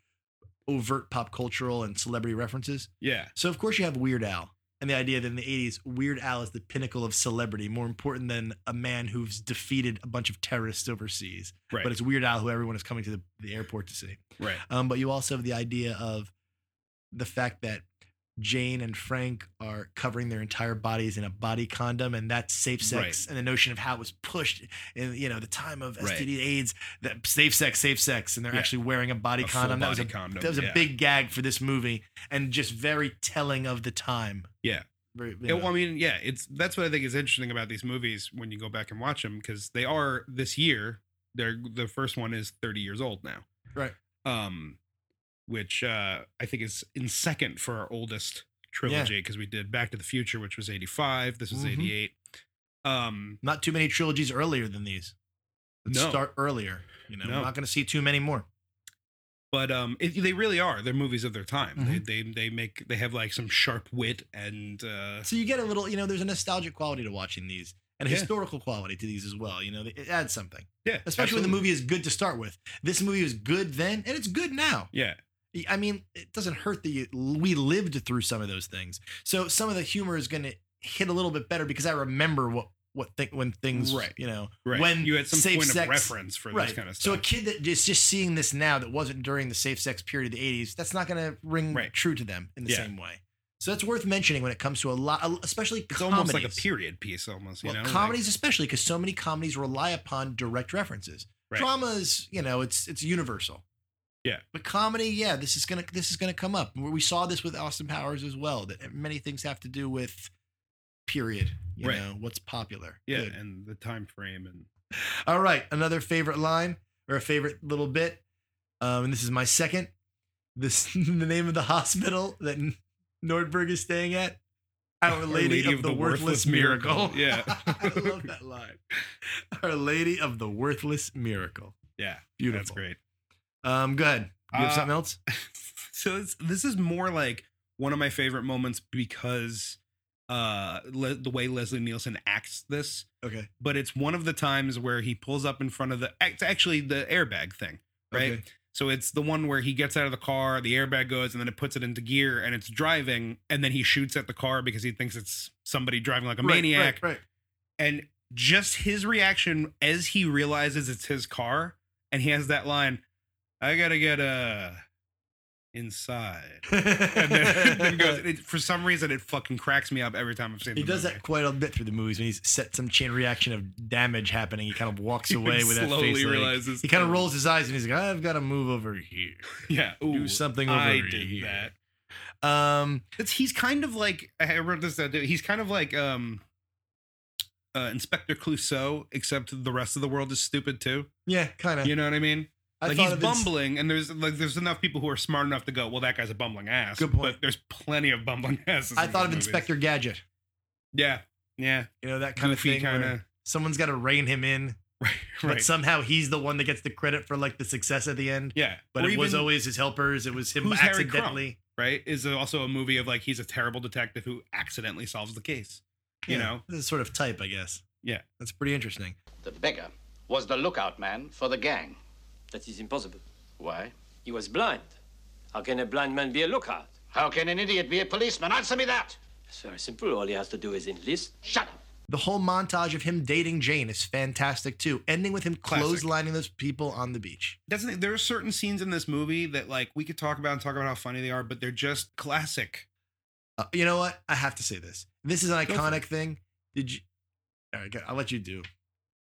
overt pop cultural and celebrity references. Yeah. So of course you have Weird Al, and the idea that in the '80s, Weird Al is the pinnacle of celebrity, more important than a man who's defeated a bunch of terrorists overseas. Right. But it's Weird Al who everyone is coming to the, the airport to see. right. Um, but you also have the idea of the fact that Jane and Frank are covering their entire bodies in a body condom, and that's safe sex, and the notion of how it was pushed in you know the time of Right. STD AIDS that safe sex, safe sex, and they're Yeah. actually wearing a body A full condom. That was a body condom, that was a yeah. big gag for this movie, and just very telling of the time. Yeah. Very- you Yeah, know. well, I mean, yeah, it's that's what I think is interesting about these movies when you go back and watch them because they are this year. They're the first one is 30 years old now, Right. Um, which uh, I think is in second for our oldest trilogy because we did Back to the Future, which was 85. This was Mhm. 88. Um, not too many trilogies earlier than these. Let's No. start earlier. You know, No. we're not going to see too many more. but um, it, they really are. They're movies of their time. Mm-hmm. They, they they make they have like some sharp wit and uh, So you get a little, you know, there's a nostalgic quality to watching these and a Yeah. historical quality to these as well. You know, it adds something, yeah, especially when the absolutely. movie is good to start with. This movie was good then and it's good now. Yeah, I mean, it doesn't hurt that you, we lived through some of those things. So some of the humor is going to hit a little bit better because I remember what what thi- when things Right. you know Right. when you had some safe point sex- of reference for right. this kind of So a stuff. kid that is just seeing this now that wasn't during the safe sex period of the 80s, that's not going to ring Right. true to them in the Yeah. same way. So that's worth mentioning when it comes to a lot, especially it's comedies. almost like a period piece, almost. You Well, know, comedies especially because so many comedies rely upon direct references. Right. Dramas, you know, it's it's universal. Yeah. But comedy, yeah, this is gonna this is gonna come up. We saw this with Austin Powers as well. That many things have to do with period. You Right. know what's popular. Like, yeah, Good. and the time frame and All right, another favorite line or a favorite little bit, um, and this is my second. This the name of the hospital that Nordberg is staying at. Our Lady, of, the, Worthless, Miracle. Yeah. I love that line. Our Lady of the Worthless Miracle. yeah, Beautiful. that's great. Um, go ahead. You have Uh, something else? so this, this is more like one of my favorite moments because uh le- the way Leslie Nielsen acts this, Okay. but it's one of the times where he pulls up in front of the it's actually the airbag thing, right? Okay. So it's the one where he gets out of the car, the airbag goes, and then it puts it into gear and it's driving, and then he shoots at the car because he thinks it's somebody driving like a Right, right, maniac. Right, And just his reaction as he realizes it's his car, and he has that line, I gotta get uh inside. And then, then goes, it, for some reason, it fucking cracks me up every time I've seen He the does movie. that quite a bit through the movies when he's set some chain reaction of damage happening. He kind of walks away with that slowly face. like- realizes- he kind of rolls his eyes and he's like, "I've got to move over here, Yeah, do ooh, something over I here." did that. Um, It's, he's kind of like I wrote this down. too. He's kind of like um, uh, Inspector Clouseau, except the rest of the world is stupid too. yeah, kind of. You know what I mean? I like thought he's of ins- bumbling, and there's like there's enough people who are smart enough to go, well, that guy's a bumbling ass. Good point. But there's plenty of bumbling asses. I in thought these of movies. Inspector Gadget. Yeah, yeah, You know that kind Goofy of thing. where kinda- Someone's got to rein him in, right, but right. somehow he's the one that gets the credit for like the success at the end. yeah, But Or it was even- always his helpers. It was him Who's Harry Crumb? accidentally. right? Is also a movie of like he's a terrible detective who accidentally solves the case. You Yeah, know? this sort of type, I guess. Yeah. That's pretty interesting. The beggar was the lookout man for the gang. That is impossible. Why? He was blind. How can a blind man be a lookout? How can an idiot be a policeman? Answer me that! It's very simple. All he has to do is enlist. Shut up! The whole montage of him dating Jane is fantastic too, ending with him Classic. clotheslining those people on the beach. Doesn't it, there are certain scenes in this movie that like we could talk about and talk about how funny they are, but they're just classic. Uh, you know what? I have to say this. This is an Go for it. iconic thing. Did you? All right, go- I'll let you do.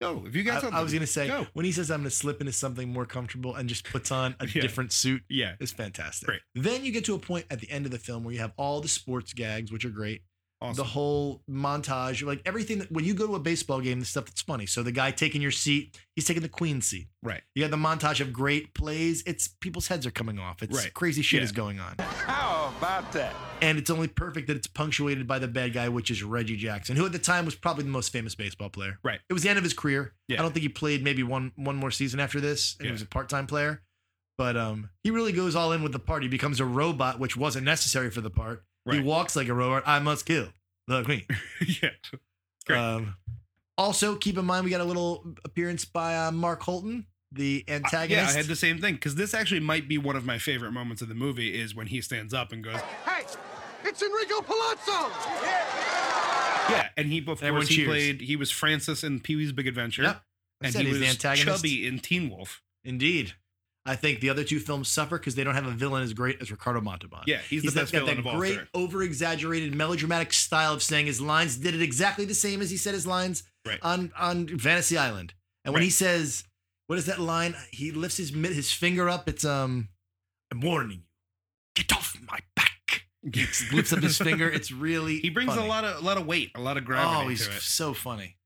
Go. If you got I, something. I was gonna say go. when he says I'm gonna slip into something more comfortable and just puts on a Yeah. different suit. Yeah. It's fantastic. Great. Then you get to a point at the end of the film where you have all the sports gags, which are great. Awesome. The whole montage, like everything that when you go to a baseball game, the stuff that's funny. So the guy taking your seat, he's taking the queen seat. right. You got the montage of great plays. It's people's heads are coming off. It's Right. crazy shit Yeah. is going on. How about that? And it's only perfect that it's punctuated by the bad guy, which is Reggie Jackson, who at the time was probably the most famous baseball player. Right. It was the end of his career. Yeah. I don't think he played maybe one one more season after this. And Yeah. He was a part-time player. But um, he really goes all in with the part. He becomes a robot, which wasn't necessary for the part. He Right. walks like a robot. I must kill the queen. yeah. Great. Um, also, keep in mind we got a little appearance by uh, Mark Holton, the I- antagonist. yeah, I had the same thing because this actually might be one of my favorite moments of the movie is when he stands up and goes, Hey, it's Enrico Palazzo! yeah, and he of Everyone course he cheers. played he was Francis in Pee Wee's Big Adventure, Yep. I and said he he's was the antagonist. chubby in Teen Wolf. Indeed. I think the other two films suffer because they don't have a villain as great as Ricardo Montalban. Yeah, he's the got- best got villain that of all great, three. over-exaggerated, melodramatic style of saying his lines. Did it exactly the same as he said his lines Right. on on Fantasy Island. And when Right. he says, "What is that line?" He lifts his mid- his finger up. It's um, I'm warning you, get off my back. He lifts up his finger. It's really He brings funny. a lot of a lot of weight, a lot of gravity Oh, he's to it. so funny.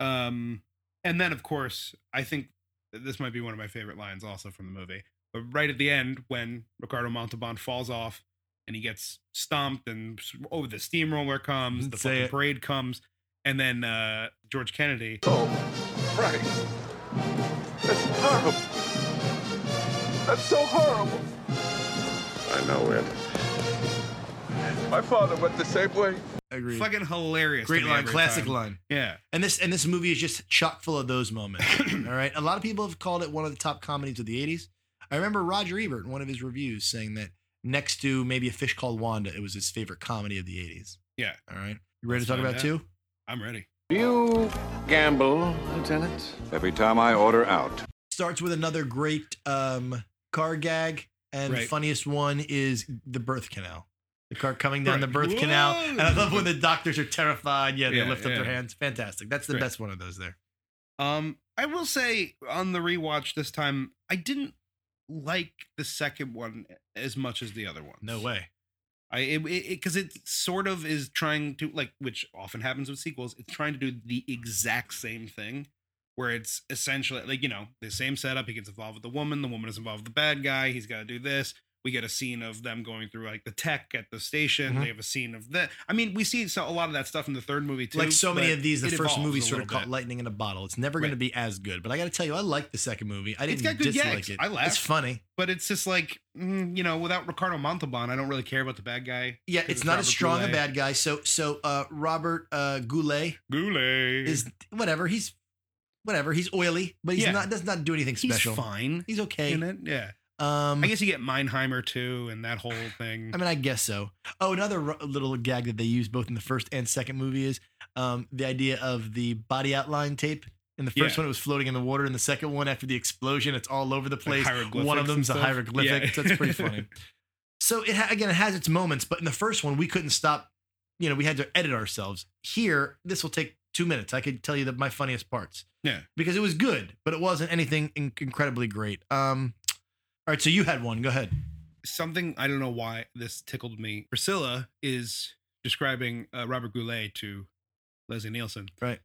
Um, and then, of course, I think th- this might be one of my favorite lines also from the movie. But right at the end, when Ricardo Montalban falls off and he gets stomped, and s- oh, the steamroller comes, the Say fucking it. parade comes, and then uh, George Kennedy, Oh, Frank. That's horrible. That's so horrible. I know it. My father went the same way. Agreed. fucking hilarious. to Great me line, every classic time. line. Yeah, And this and this movie is just chock full of those moments. all right. A lot of people have called it one of the top comedies of the 80s. I remember Roger Ebert in one of his reviews saying that next to maybe a fish called Wanda, it was his favorite comedy of the 80s. Yeah. All right. You ready Let's to talk find about out. two? I'm ready. Do you gamble, Lieutenant? Every time I order out. Starts with another great um, car gag, and the Right. funniest one is the birth canal. The car coming down the Right. birth canal, Whoa. and I love when the doctors are terrified. Yeah, they Yeah, lift up yeah. their hands. Fantastic. That's the Great. best one of those there. Um, I will say on the rewatch this time, I didn't like the second one as much as the other ones. No way. I it because it, sort of is trying to like, which often happens with sequels. It's trying to do the exact same thing, where it's essentially like you know the same setup. He gets involved with the woman. The woman is involved with the bad guy. He's got to do this. We get a scene of them going through like the tech at the station. Mhm. They have a scene of that. I mean, we see so, a lot of that stuff in the third movie too. like so many but of these, the it first evolves movie a sort of little caught bit. lightning in a bottle. It's never going to be as good, but I got to tell you, I like the second movie. I It's didn't got good dislike gags. it. I laughed. It's funny. but it's just like mm, you know, without Ricardo Montalban, I don't really care about the bad guy. Yeah, 'cause it's not as Robert strong a Goulet. bad guy. So so uh Robert uh Goulet Goulet is whatever. He's whatever. He's oily, but he's Yeah. not does not do anything He's special. fine He's okay. in it. Yeah, Um I guess you get Meinheimer too, and that whole thing. I mean, I guess so. Oh, another r- little gag that they use both in the first and second movie is um, the idea of the body outline tape. In the first Yeah. one, it was floating in the water. In the second one, after the explosion, it's all over the place. one hieroglyphics of and them's a stuff. hieroglyphic. Yeah. So it's pretty funny. So it ha- again, it has its moments, but in the first one, we couldn't stop. You know, we had to edit ourselves. Here, this will take two minutes. I could tell you that my funniest parts yeah. because it was good, but it wasn't anything in- incredibly great. Um, all right, so you had one. Go ahead. Something I don't know why this tickled me. Priscilla is describing uh, Robert Goulet to Leslie Nielsen, Right.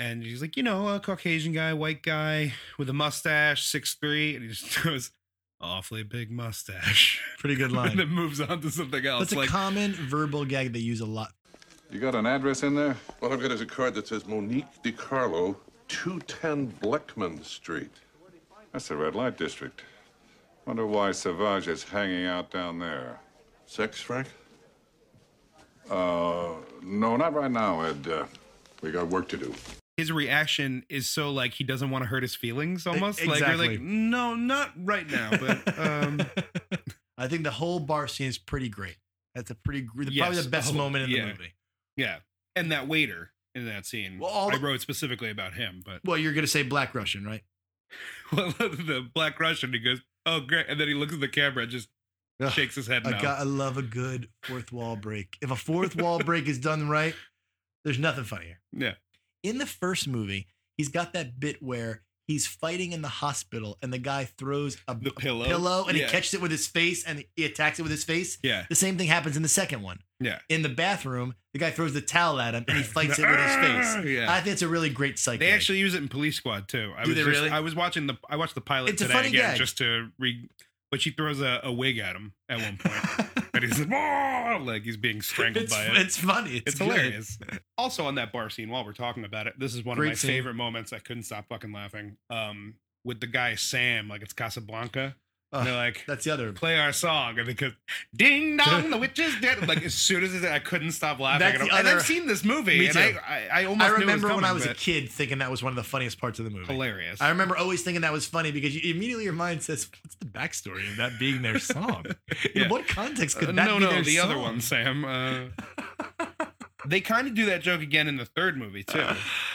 and he's like, you know, a Caucasian guy, white guy with a mustache, six three, and he just goes, awfully big mustache. Pretty good and line. then moves on to something else. That's a Like, common verbal gag they use a lot. You got an address in there? All I've got is a card that says Monique DiCarlo, 210 Bleckman Street. That's the red light district. Wonder why Savage is hanging out down there. Sex, Frank? Uh, no, not right now, Ed. Uh, we got work to do. his reaction is so like he doesn't want to hurt his feelings almost. Like you're E, exactly. like, no, not right now, but um I think the whole bar scene is pretty great. That's a pretty gr- probably Yes. the best Oh, moment in yeah. the movie. yeah. And that waiter in that scene. Well, all I the- wrote specifically about him, but Well, you're gonna say Black Russian, right? well, the black Russian he goes, Oh great. And then he looks at the camera and just Ugh, shakes his head I no. got I love a good fourth wall break. If a fourth wall break is done right, there's nothing funnier. Yeah. In the first movie, he's got that bit where he's fighting in the hospital and the guy throws a, The pillow. pillow and Yeah. he catches it with his face and he attacks it with his face. Yeah. The same thing happens in the second one. Yeah. In the bathroom, the guy throws the towel at him and he fights it with his Ah, face. yeah. I think it's a really great psych. They gag. actually use it in Police Squad too. I Do was they just, really? I was watching the I watched the pilot It's a today funny again gag. just to re but she throws a, a wig at him at one point. and he's like, "Whoa!" like he's being strangled it's, by it. it's funny. It's, It's, good. hilarious. Also on that bar scene, while we're talking about it, this is one Great of my scene. favorite moments. I couldn't stop fucking laughing. Um, with the guy Sam, like it's Casablanca. Ugh, and they're like, That's the other. play our song, and because ding dong, the witch is dead. Like as soon as it, I couldn't stop laughing. That's and, I'm- the and other- I've seen this movie, Me and too. I, I, I almost I knew it was remember when coming, I was a but kid thinking that was one of the funniest parts of the movie. Hilarious. I remember always thinking that was funny because you, immediately your mind says, "What's the backstory of that being their song? Yeah. In what context could Uh, that no, be no, their the other song? one, Sam. Uh, they kind of do that joke again in the third movie too,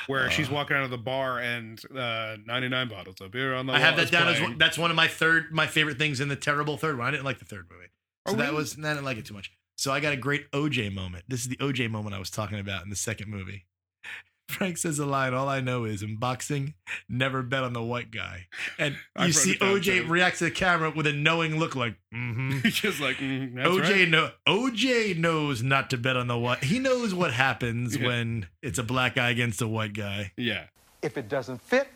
where she's Uh. walking out of the bar and uh, 99 bottles of beer on the I have wall that is down as playing. one, that's one of my third my favorite things in the terrible third one. I didn't like the third movie, so Oh, that really? was I didn't like it too much. So I got a great OJ moment. This is the OJ moment I was talking about in the second movie. Frank says a line. All I know is in boxing, never bet on the white guy. And I you wrote see it down, OJ too. reacts to the camera with a knowing look, like mm-hmm. just like mm, that's OJ right. know OJ knows not to bet on the white. He knows what happens Yeah. when it's a black guy against a white guy. Yeah. If it doesn't fit,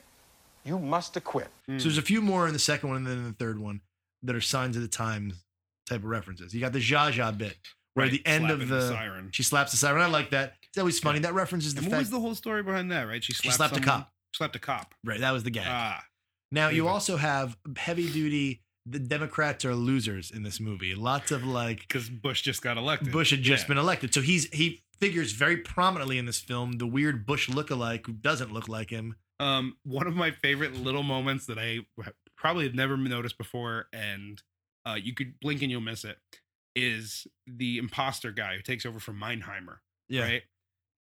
you must acquit. Mm. So there's a Hmm. few more in the second one and then in the third one that are signs of the times type of references. You got the Zsa Zsa bit where Right, at the end slapping of the, the siren. she slaps the siren. I like that. It's always funny. That references the And what fact was the whole story behind that? Right? She slapped, slapped a someone- cop. Slapped a cop. right that was the gag. Ah, now you favorite. also have heavy duty. The Democrats are losers in this movie. Lots of like because Bush just got elected. Bush had just Yeah. been elected. So he's he figures very prominently in this film the weird Bush lookalike who doesn't look like him. Um, one of my favorite little moments that I probably had never noticed before, and uh, you could blink and you'll miss it, is the imposter guy who takes over from Meinheimer. Yeah. Right.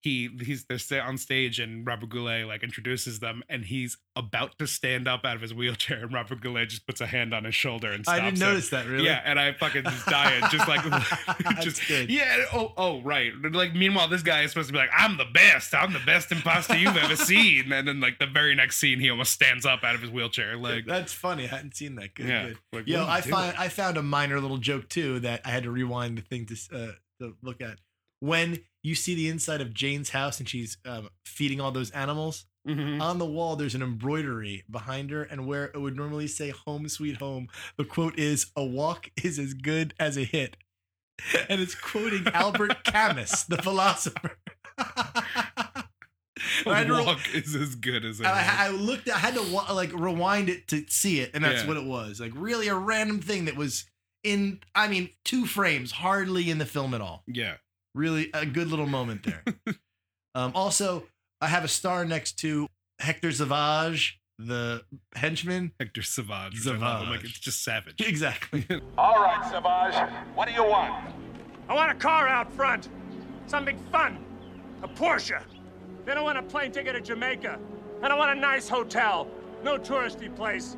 he he's they're sta- on stage and Robert Goulet like introduces them and he's about to stand up out of his wheelchair and Robert Goulet just puts a hand on his shoulder and stops I didn't him. notice that really. Yeah, and I fucking just died, just like, just yeah. Oh, oh, right. Like, meanwhile, this guy is supposed to be like, "I'm the best. I'm the best imposter you've ever seen." And then, like, the very next scene, he almost stands up out of his wheelchair. Like, That's funny. I hadn't seen that. Good. Yeah. good. Like, Yo, what are I you find doing? I found a minor little joke too that I had to rewind the thing to s- uh, to look at. When you see the inside of Jane's house and she's um, feeding all those animals Mm. on the wall, there's an embroidery behind her, and where it would normally say "Home Sweet Home," the quote is "A walk is as good as a hit," and it's quoting Albert Camus, the philosopher. a I had to re- walk is as good as a and I, I looked. I had to wa- like rewind it to see it, and that's Yeah. what it was. Like really a random thing that was in. I mean, two frames, hardly in the film at all. yeah. Really a good little moment there. um, also, I have a star next to Hector Savage, the henchman. Hector Savage. which I love. I'm Savage. Like, it's just savage. Exactly. All right, Savage. What do you want? I want a car out front. Something fun. A Porsche. Then I want a plane ticket to Jamaica. And I want a nice hotel. No touristy place.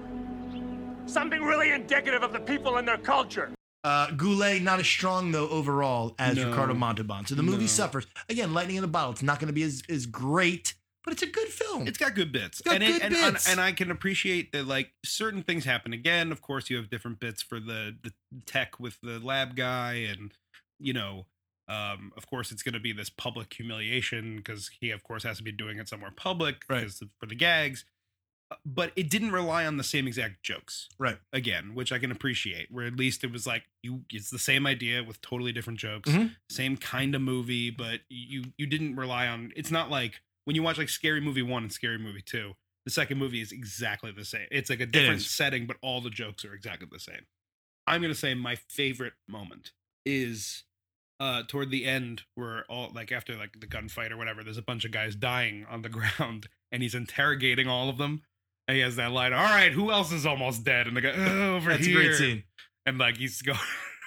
Something really indicative of the people and their culture. Uh, Goulet not as strong though overall as No. Ricardo Montalban, so the movie No. suffers. Again, lightning in a bottle. It's not going to be as, as great, but it's a good film. It's got good bits. got and, good and, bits. And, and I can appreciate that like certain things happen again. Of course, you have different bits for the the tech with the lab guy, and you know, um, of course, it's going to be this public humiliation because he, of course, has to be doing it somewhere public because for the gags. Uh, But it didn't rely on the same exact jokes, Right. Again, which I can appreciate. Where at least it was like you, it's the same idea with totally different jokes Mhm. same kind of movie, but you you didn't rely on. It's not like when you watch like Scary Movie One and Scary Movie Two. The second movie is exactly the same. It's like a different is. setting, but all the jokes are exactly the same. I'm gonna say my favorite moment is uh toward the end where all like after like the gunfight or whatever, there's a bunch of guys dying on the ground and he's interrogating all of them. And he has that line, all right, who else is almost dead? And they go, "Oh, over That's here a great scene. and like he's going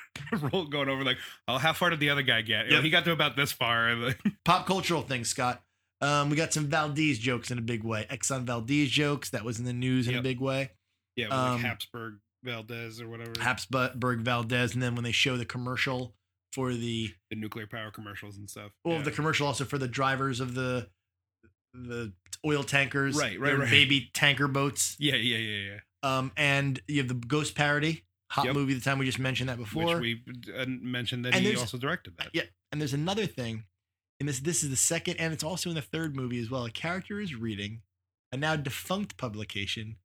roll going over like oh how far did the other guy get Yep. he got to about this far and like, pop cultural things, Scott. Um, we got some Valdez jokes in a big way. Exxon Valdez jokes that was in the news in a Yep. big way. yeah it was Um, like habsburg valdez or whatever Habsburg Valdez, and then when they show the commercial for the the nuclear power commercials and stuff well, Yeah. the commercial also for the drivers of the the oil tankers, Right, right, their right. baby tanker boats. yeah yeah yeah Um, and you have the Ghost parody, hot Yep. movie. The time we just mentioned that yeah which before. we uh, mentioned that And he there's- also directed that Yeah, and there's another thing, and this this is the second, and it's also in the third movie as well. A character is reading a now defunct publication,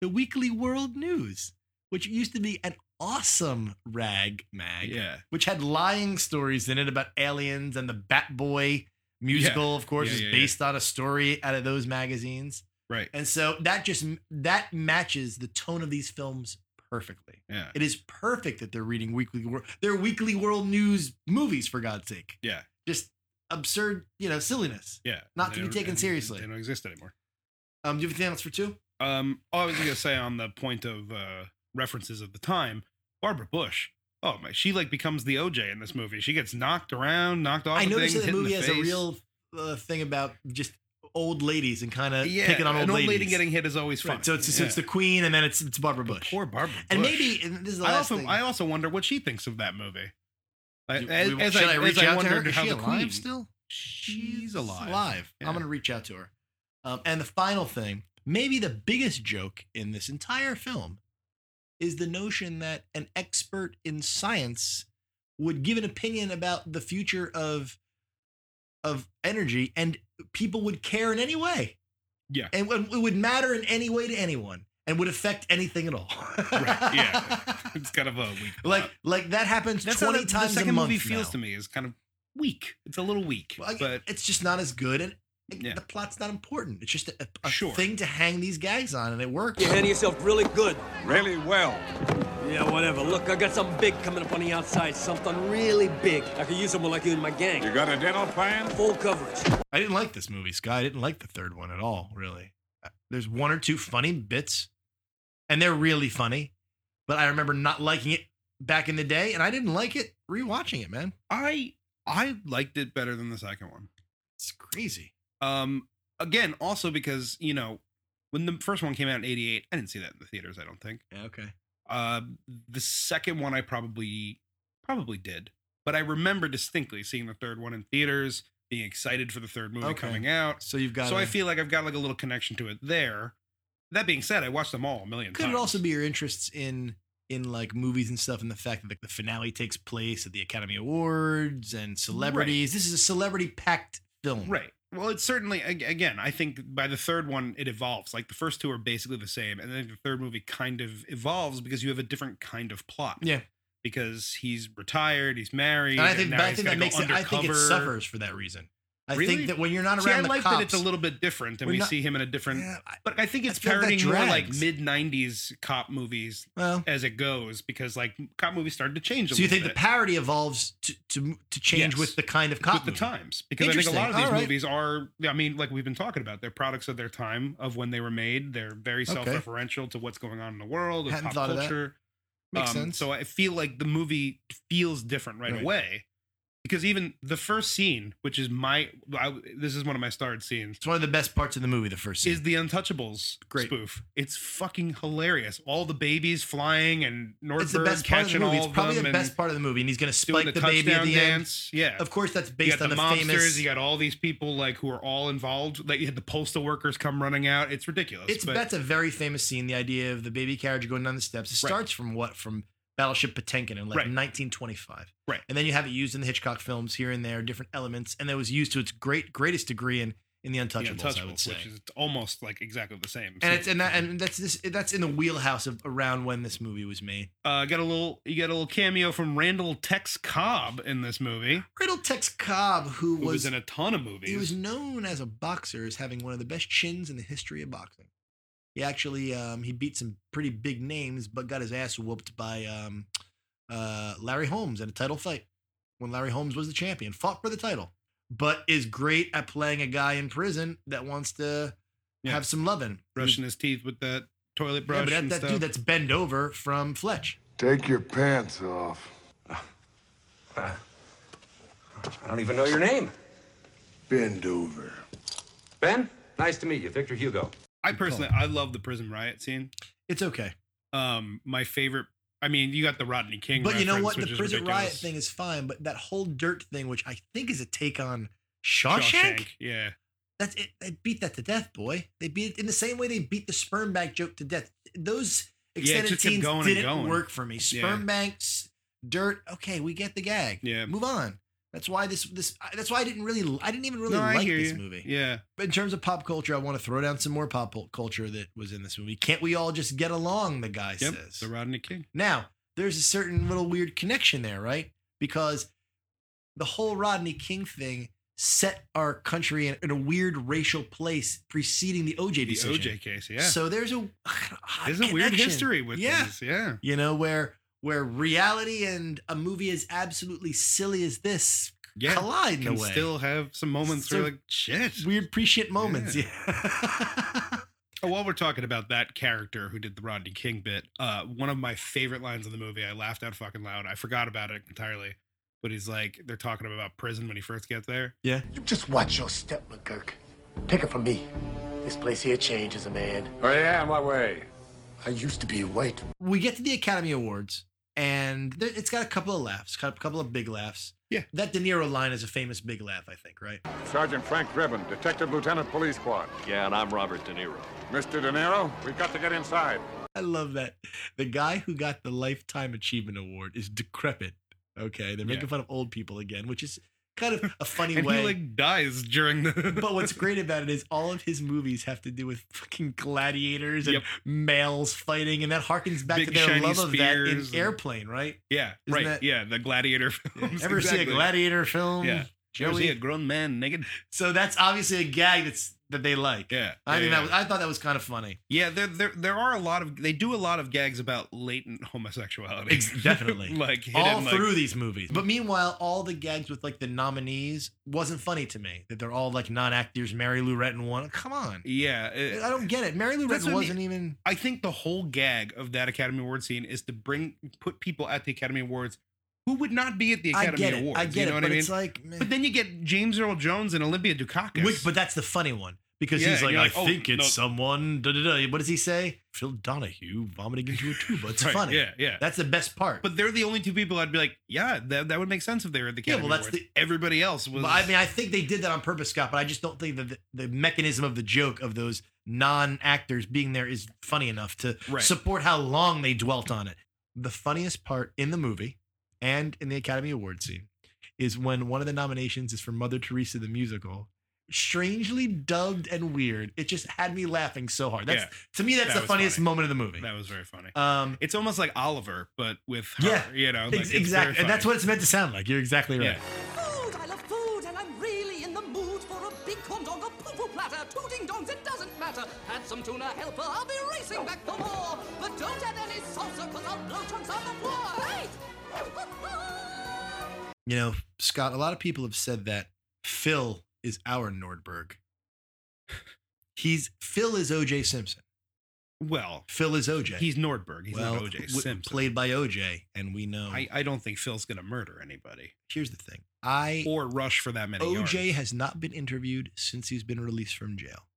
the Weekly World News, which used to be an awesome rag mag, yeah which had lying stories in it about aliens and the Bat Boy musical, of course, Yeah, is yeah, based on a story out of those magazines, right and so that just that matches the tone of these films perfectly. yeah It is perfect that they're reading weekly world their weekly world news movies for God's sake. Yeah. Just absurd, you know, silliness. yeah Not They to be don't- taken and seriously. they don't exist anymore Um, do you have anything else for two? um all i was gonna say on the point of uh references of the time barbara bush oh my she like becomes the oj in this movie she gets knocked around knocked off I of noticed things, that hit the in movie has a face. real uh, thing about just old ladies and kind of yeah, uh, picking on old an old ladies. lady getting hit is always fun. Right, so it's so it's the Queen and then it's it's Barbara Bush. poor Barbara. and Bush. maybe and this is the I last also thing. I also wonder what she thinks of that movie. I, Do- as, we- as should I, reach as I out to her? wondered Is how she the alive Queen- still? She's alive. live. Yeah. I'm gonna reach out to her. Um, and the final thing, maybe the biggest joke in this entire film, is the notion that an expert in science would give an opinion about the future of of energy, and people would care in any way. Yeah. and would- it would matter in any way to anyone, and would affect anything at all. Right, yeah. It's kind of a weak. like plot. like that happens That's how twenty the, the times second a month. movie feels now. to me is kind of weak. It's a little weak, Well, I- but it's just not as good, and Yeah. the plot's not important. It's just a, a Sure. thing to hang these gags on, and it works. yourself really good. Really well. Yeah, whatever. Look, I got something big coming up on the outside. Something really big. I could use someone like you in my gang. You got a dental plan? Full coverage. I didn't like this movie, Sky. I didn't like the third one at all, really. Uh, There's one or two funny bits, and they're really funny, but I remember not liking it back in the day, and I didn't like it rewatching it, man. I I liked it better than the second one. It's crazy. Um, again, also because you know when the first one came out in '88, I didn't see that in the theaters. I don't think. Yeah, okay. Uh, the second one I probably probably did, but I remember distinctly seeing the third one in theaters, being excited for the third movie Okay. coming out. So you've got. so I a- feel like I've got like a little connection to it there. That being said, I watched them all a million Could times. it also be your interests in in like movies and stuff, and the fact that like, the finale takes place at the Academy Awards and celebrities? This is a celebrity packed film, Right. Well, it's certainly ag- again. I think by the third one, it evolves. Like the first two are basically the same, and then the third movie kind of evolves because you have a different kind of plot. Yeah. Because he's retired, he's married. And I and think, now but I he's think gotta that go makes it. I think it undercover. suffers for that reason. I Really? think that when you're not around See, I the like cops, that it's a little bit different, and We're we not- see him in a different. Yeah, I- but I think it's feel like that parodying more like drags. mid '90s cop movies well, as it goes, because like cop movies started to change. A so you little think the bit. parody evolves to to to change Yes. with the kind of cop with the movie. times because I think a lot of Interesting. these All right. movies are. I mean, like we've been talking about, they're products of their time, of when they were made. They're very Okay. self-referential to what's going on in the world, of Hadn't pop thought of that. culture. Um, Makes sense. So I feel like the movie feels different right, Right. away because even the first scene, which is my, I, this is one of my starred scenes, It's one of the best parts of the movie. The first scene. is the Untouchables Great. spoof. It's fucking hilarious. All the babies flying and It's the Nordberg best part of the catching movie. all It's of probably them the and best part of the movie, and he's going to doing spike the, the, touchdown baby at the dance. Yeah. end. Of course, that's you based got on the, the, mobsters, famous. you got all these people like who are all involved. Like you had the postal workers come running out. It's ridiculous. it's but that's a very famous scene. The idea of the baby carriage going down the steps. It Right. starts from what from Battleship Potemkin in like Right. 1925, Right. And then you have it used in the Hitchcock films here and there, different elements, and that was used to its great greatest degree in in the the Untouchables. I would Untouchables, say. which is almost like exactly the same. and it's So, and, that, and that's this that's in the wheelhouse of around when this movie was made. uh, got a little you got a little cameo from Randall Tex Cobb in this movie. Riddle Tex Cobb, who Who was, was, in a ton of movies. he was known as a boxer as having one of the best chins in the history of boxing. He actually um, he beat some pretty big names, but got his ass whooped by um, uh, Larry Holmes in a title fight when Larry Holmes was the champion, fought for the title, but is great at playing a guy in prison that wants to Yeah. have some lovin'. brushing his teeth with that toilet Yeah, brush but that, and that stuff. dude that's bend over from Fletch. Take your pants off. I don't even know your name. Bend over. Ben, nice to meet you. Victor Hugo. I personally I love the prison riot scene. It's okay. Um, my favorite. I mean, you got the Rodney King, But you know what? The reference, which is prison riot ridiculous. thing is fine, but that whole dirt thing, which I think is a take on Shawshank, yeah. that's it. They beat that to death, boy. They beat it in the same way they beat the sperm bank joke to death. Those Yeah, it just extended kept scenes going and didn't going. work for me. Sperm Yeah. banks, dirt. Okay, we get the gag. Yeah. move on. That's why this this. I- That's why I didn't really. I didn't even really No, I like hear this you. movie. Yeah. But in terms of pop culture, I want to throw down some more pop culture that was in this movie. Can't we all just get along? The guy Yep. says. The Rodney King. Now, there's a certain little weird connection there, right? Because the whole Rodney King thing set our country in, in a weird racial place preceding the OJ The decision. OJ case. Yeah. So there's a There's a weird connection. history with Yeah. this. Yeah. you know where where reality and a movie as absolutely silly as this Yeah. collide in can a way. still have some moments where So- like shit. weird prescient moments. Yeah. Oh, while we're talking about that character who did the Rodney King bit, uh, one of my favorite lines in the movie, I laughed out fucking loud. I forgot about it entirely. But he's like, they're talking about prison when he first gets there. Yeah. You just watch your step, McGurk. Take it from me. This place here changes a man. Oh, yeah, in what way? I used to be white. we get to the Academy Awards, and there, it's got a couple of laughs, got a couple of big laughs. Yeah. That De Niro line is a famous big laugh, I think, right? Sergeant Frank Drebin, Detective Lieutenant Police Squad. Yeah, and I'm Robert De Niro. Mr. De Niro, we've got to get inside. I love that. The guy who got the Lifetime Achievement Award is decrepit. Okay. They're making Yeah. fun of old people again, which is kind of a funny And way. he like dies during the but what's great about it is all of his movies have to do with fucking gladiators and Yep. males fighting, and that harkens back Big to their shiny love of that in spears and- Airplane, right? Yeah, Isn't right. that- yeah, the gladiator films. Ever see exactly. a gladiator film? Yeah. Ever Joey? see a grown man naked? So that's obviously a gag that's that they like. Yeah. I yeah, think yeah. that was, I thought that was kind of funny. Yeah, there, there there are a lot of they do a lot of gags about latent homosexuality. Ex- definitely. like hidden, all like- through these movies. But meanwhile, all the gags with like the nominees wasn't funny to me. That they're all like non-actors. Mary Lou Retton won. Come on, Yeah, it- I don't get it. Mary Lou That's Retton what I mean. wasn't even. I think the whole gag of that Academy Award scene is to bring put people at the Academy Awards who would not be at the I Academy get it. Awards? I get you know it, what but I mean? it's like, but then you get James Earl Jones and Olympia Dukakis. Which, but that's the funny one because Yeah, he's like, you're like, I oh, think it's no. someone. Da, da, da. What does he say? Phil Donahue vomiting into a tube. It's Right, funny. Yeah, yeah. That's the best part. But they're the only two people I'd be like, yeah, that, that would make sense if they were at the Yeah, Academy well, that's Awards. Everybody else was. But I mean, I think they did that on purpose, Scott. But I just don't think that the, the mechanism of the joke of those non-actors being there is funny enough to Right. support how long they dwelt on it. The funniest part in the movie and in the Academy Award scene is when one of the nominations is for Mother Teresa the musical. Strangely dubbed and weird, it just had me laughing so hard. That's Yeah. to me, that's That the was funniest funny. moment of the movie. that was very funny. Um, it's almost like Oliver, but with her. Yeah, you know, like, Ex- exactly, and that's what it's meant to sound like. You're exactly right. Food! I love food, and I'm really in the mood for a big corn dog, a poo-poo platter, two ding-dongs, it doesn't matter. Add some tuna helper, I'll be racing back for more. But don't add any salsa, cause I'll blow chunks on the floor. Wait! You know, Scott, a lot of people have said that Phil is our Nordberg. He's Phil is OJ Simpson. Well, Phil is OJ. he's Nordberg. He's well, not OJ w- Simpson. Played by OJ, and we know. I, I don't think Phil's going to murder anybody here's the thing. I or rush for that many yards. OJ has not been interviewed since he's been released from jail.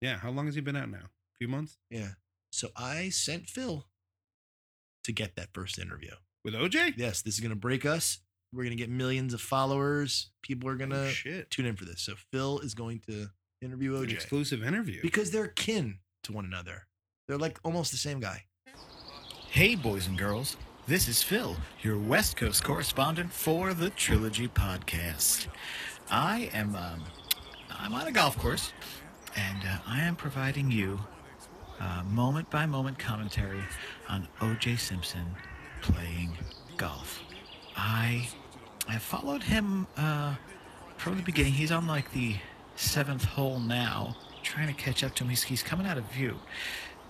Yeah, how long has he been out now? A few months Yeah. So I sent Phil to get that first interview. with OJ. Yes, this is gonna break us. We're gonna get millions of followers. People are gonna shit. tune in for this. So Phil is going to interview An OJ. exclusive interview. because they're kin to one another. They're like almost the same guy. Hey, boys and girls, this is Phil, your West Coast correspondent for the Trilogy Podcast. I am um, I'm on a golf course, and uh, I am providing you uh, moment by moment commentary on O.J. Simpson playing golf. I I followed him uh, from the beginning. He's on like the seventh hole now, trying to catch up to him. He's, he's coming out of view,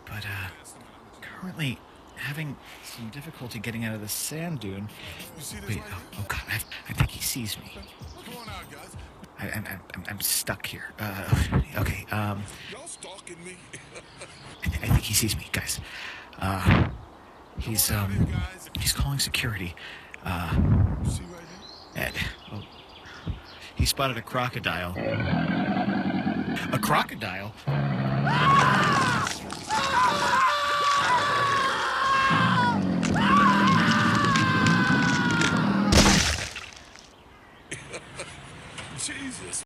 but uh, currently having some difficulty getting out of the sand dune. Wait, oh, oh god, I, I think he sees me. I, I'm, I'm, I'm stuck here. Uh, okay, um. I, th- I think he sees me, guys. Uh, he's, um. He's calling security. Uh. Ed. Oh. He spotted a crocodile. A crocodile? Jesus.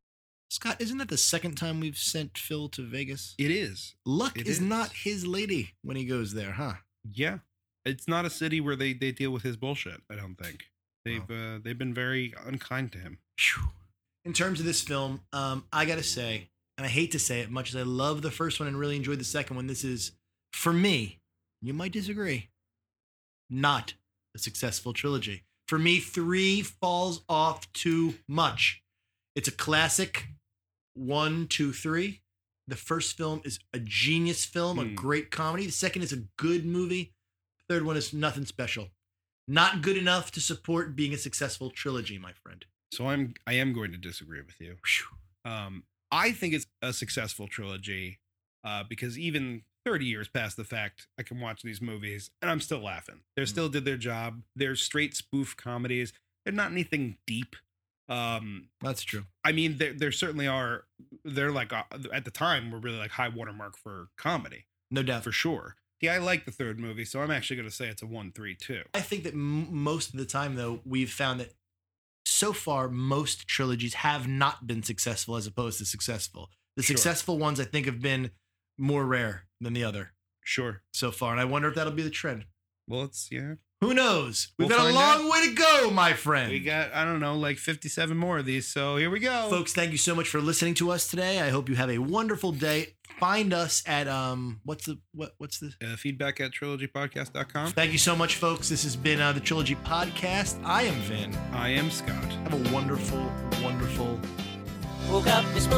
Scott, isn't that the second time we've sent Phil to Vegas? It is. Luck It is not his lady when he goes there, huh? Yeah, it's not a city where they they deal with his bullshit. I don't think they've uh, they've been very unkind to him. In terms of this film, um, I gotta say, and I hate to say it, much as I love the first one and really enjoyed the second one, this is, for me, you might disagree, not a successful trilogy. For me, three falls off too much. It's a classic one, two, three. The first film is a genius film, a Hmm. great comedy. The second is a good movie. The third one is nothing special. Not good enough to support being a successful trilogy, my friend. So I'm I am going to disagree with you. Um, I think it's a successful trilogy uh, because even 30 years past the fact, I can watch these movies and I'm still laughing. They are still did their job. They're straight spoof comedies. They're not anything deep. Um, That's true. I mean, there there certainly are. They're like uh, at the time were really like high watermark for comedy No doubt. for sure. Yeah, I like the third movie, so I'm actually going to say it's a one three two. I think that m- most of the time, though, we've found that so far most trilogies have not been successful as opposed to successful. The Sure. successful ones, I think, have been more rare than the other Sure. so far, and I wonder if that'll be the trend. Well, it's yeah. Who knows? We've We'll got a find long way to go, my friend. We got I don't know like 57 more of these, so here we go, Folks, thank you so much for listening to us today. I hope you have a wonderful day. Find us at um, what's the what what's the Uh, feedback at trilogypodcast.com. Thank you so much, folks. This has been uh, the Trilogy Podcast. I am Vin. I am Scott. Have a wonderful, wonderful Woke up this Oh,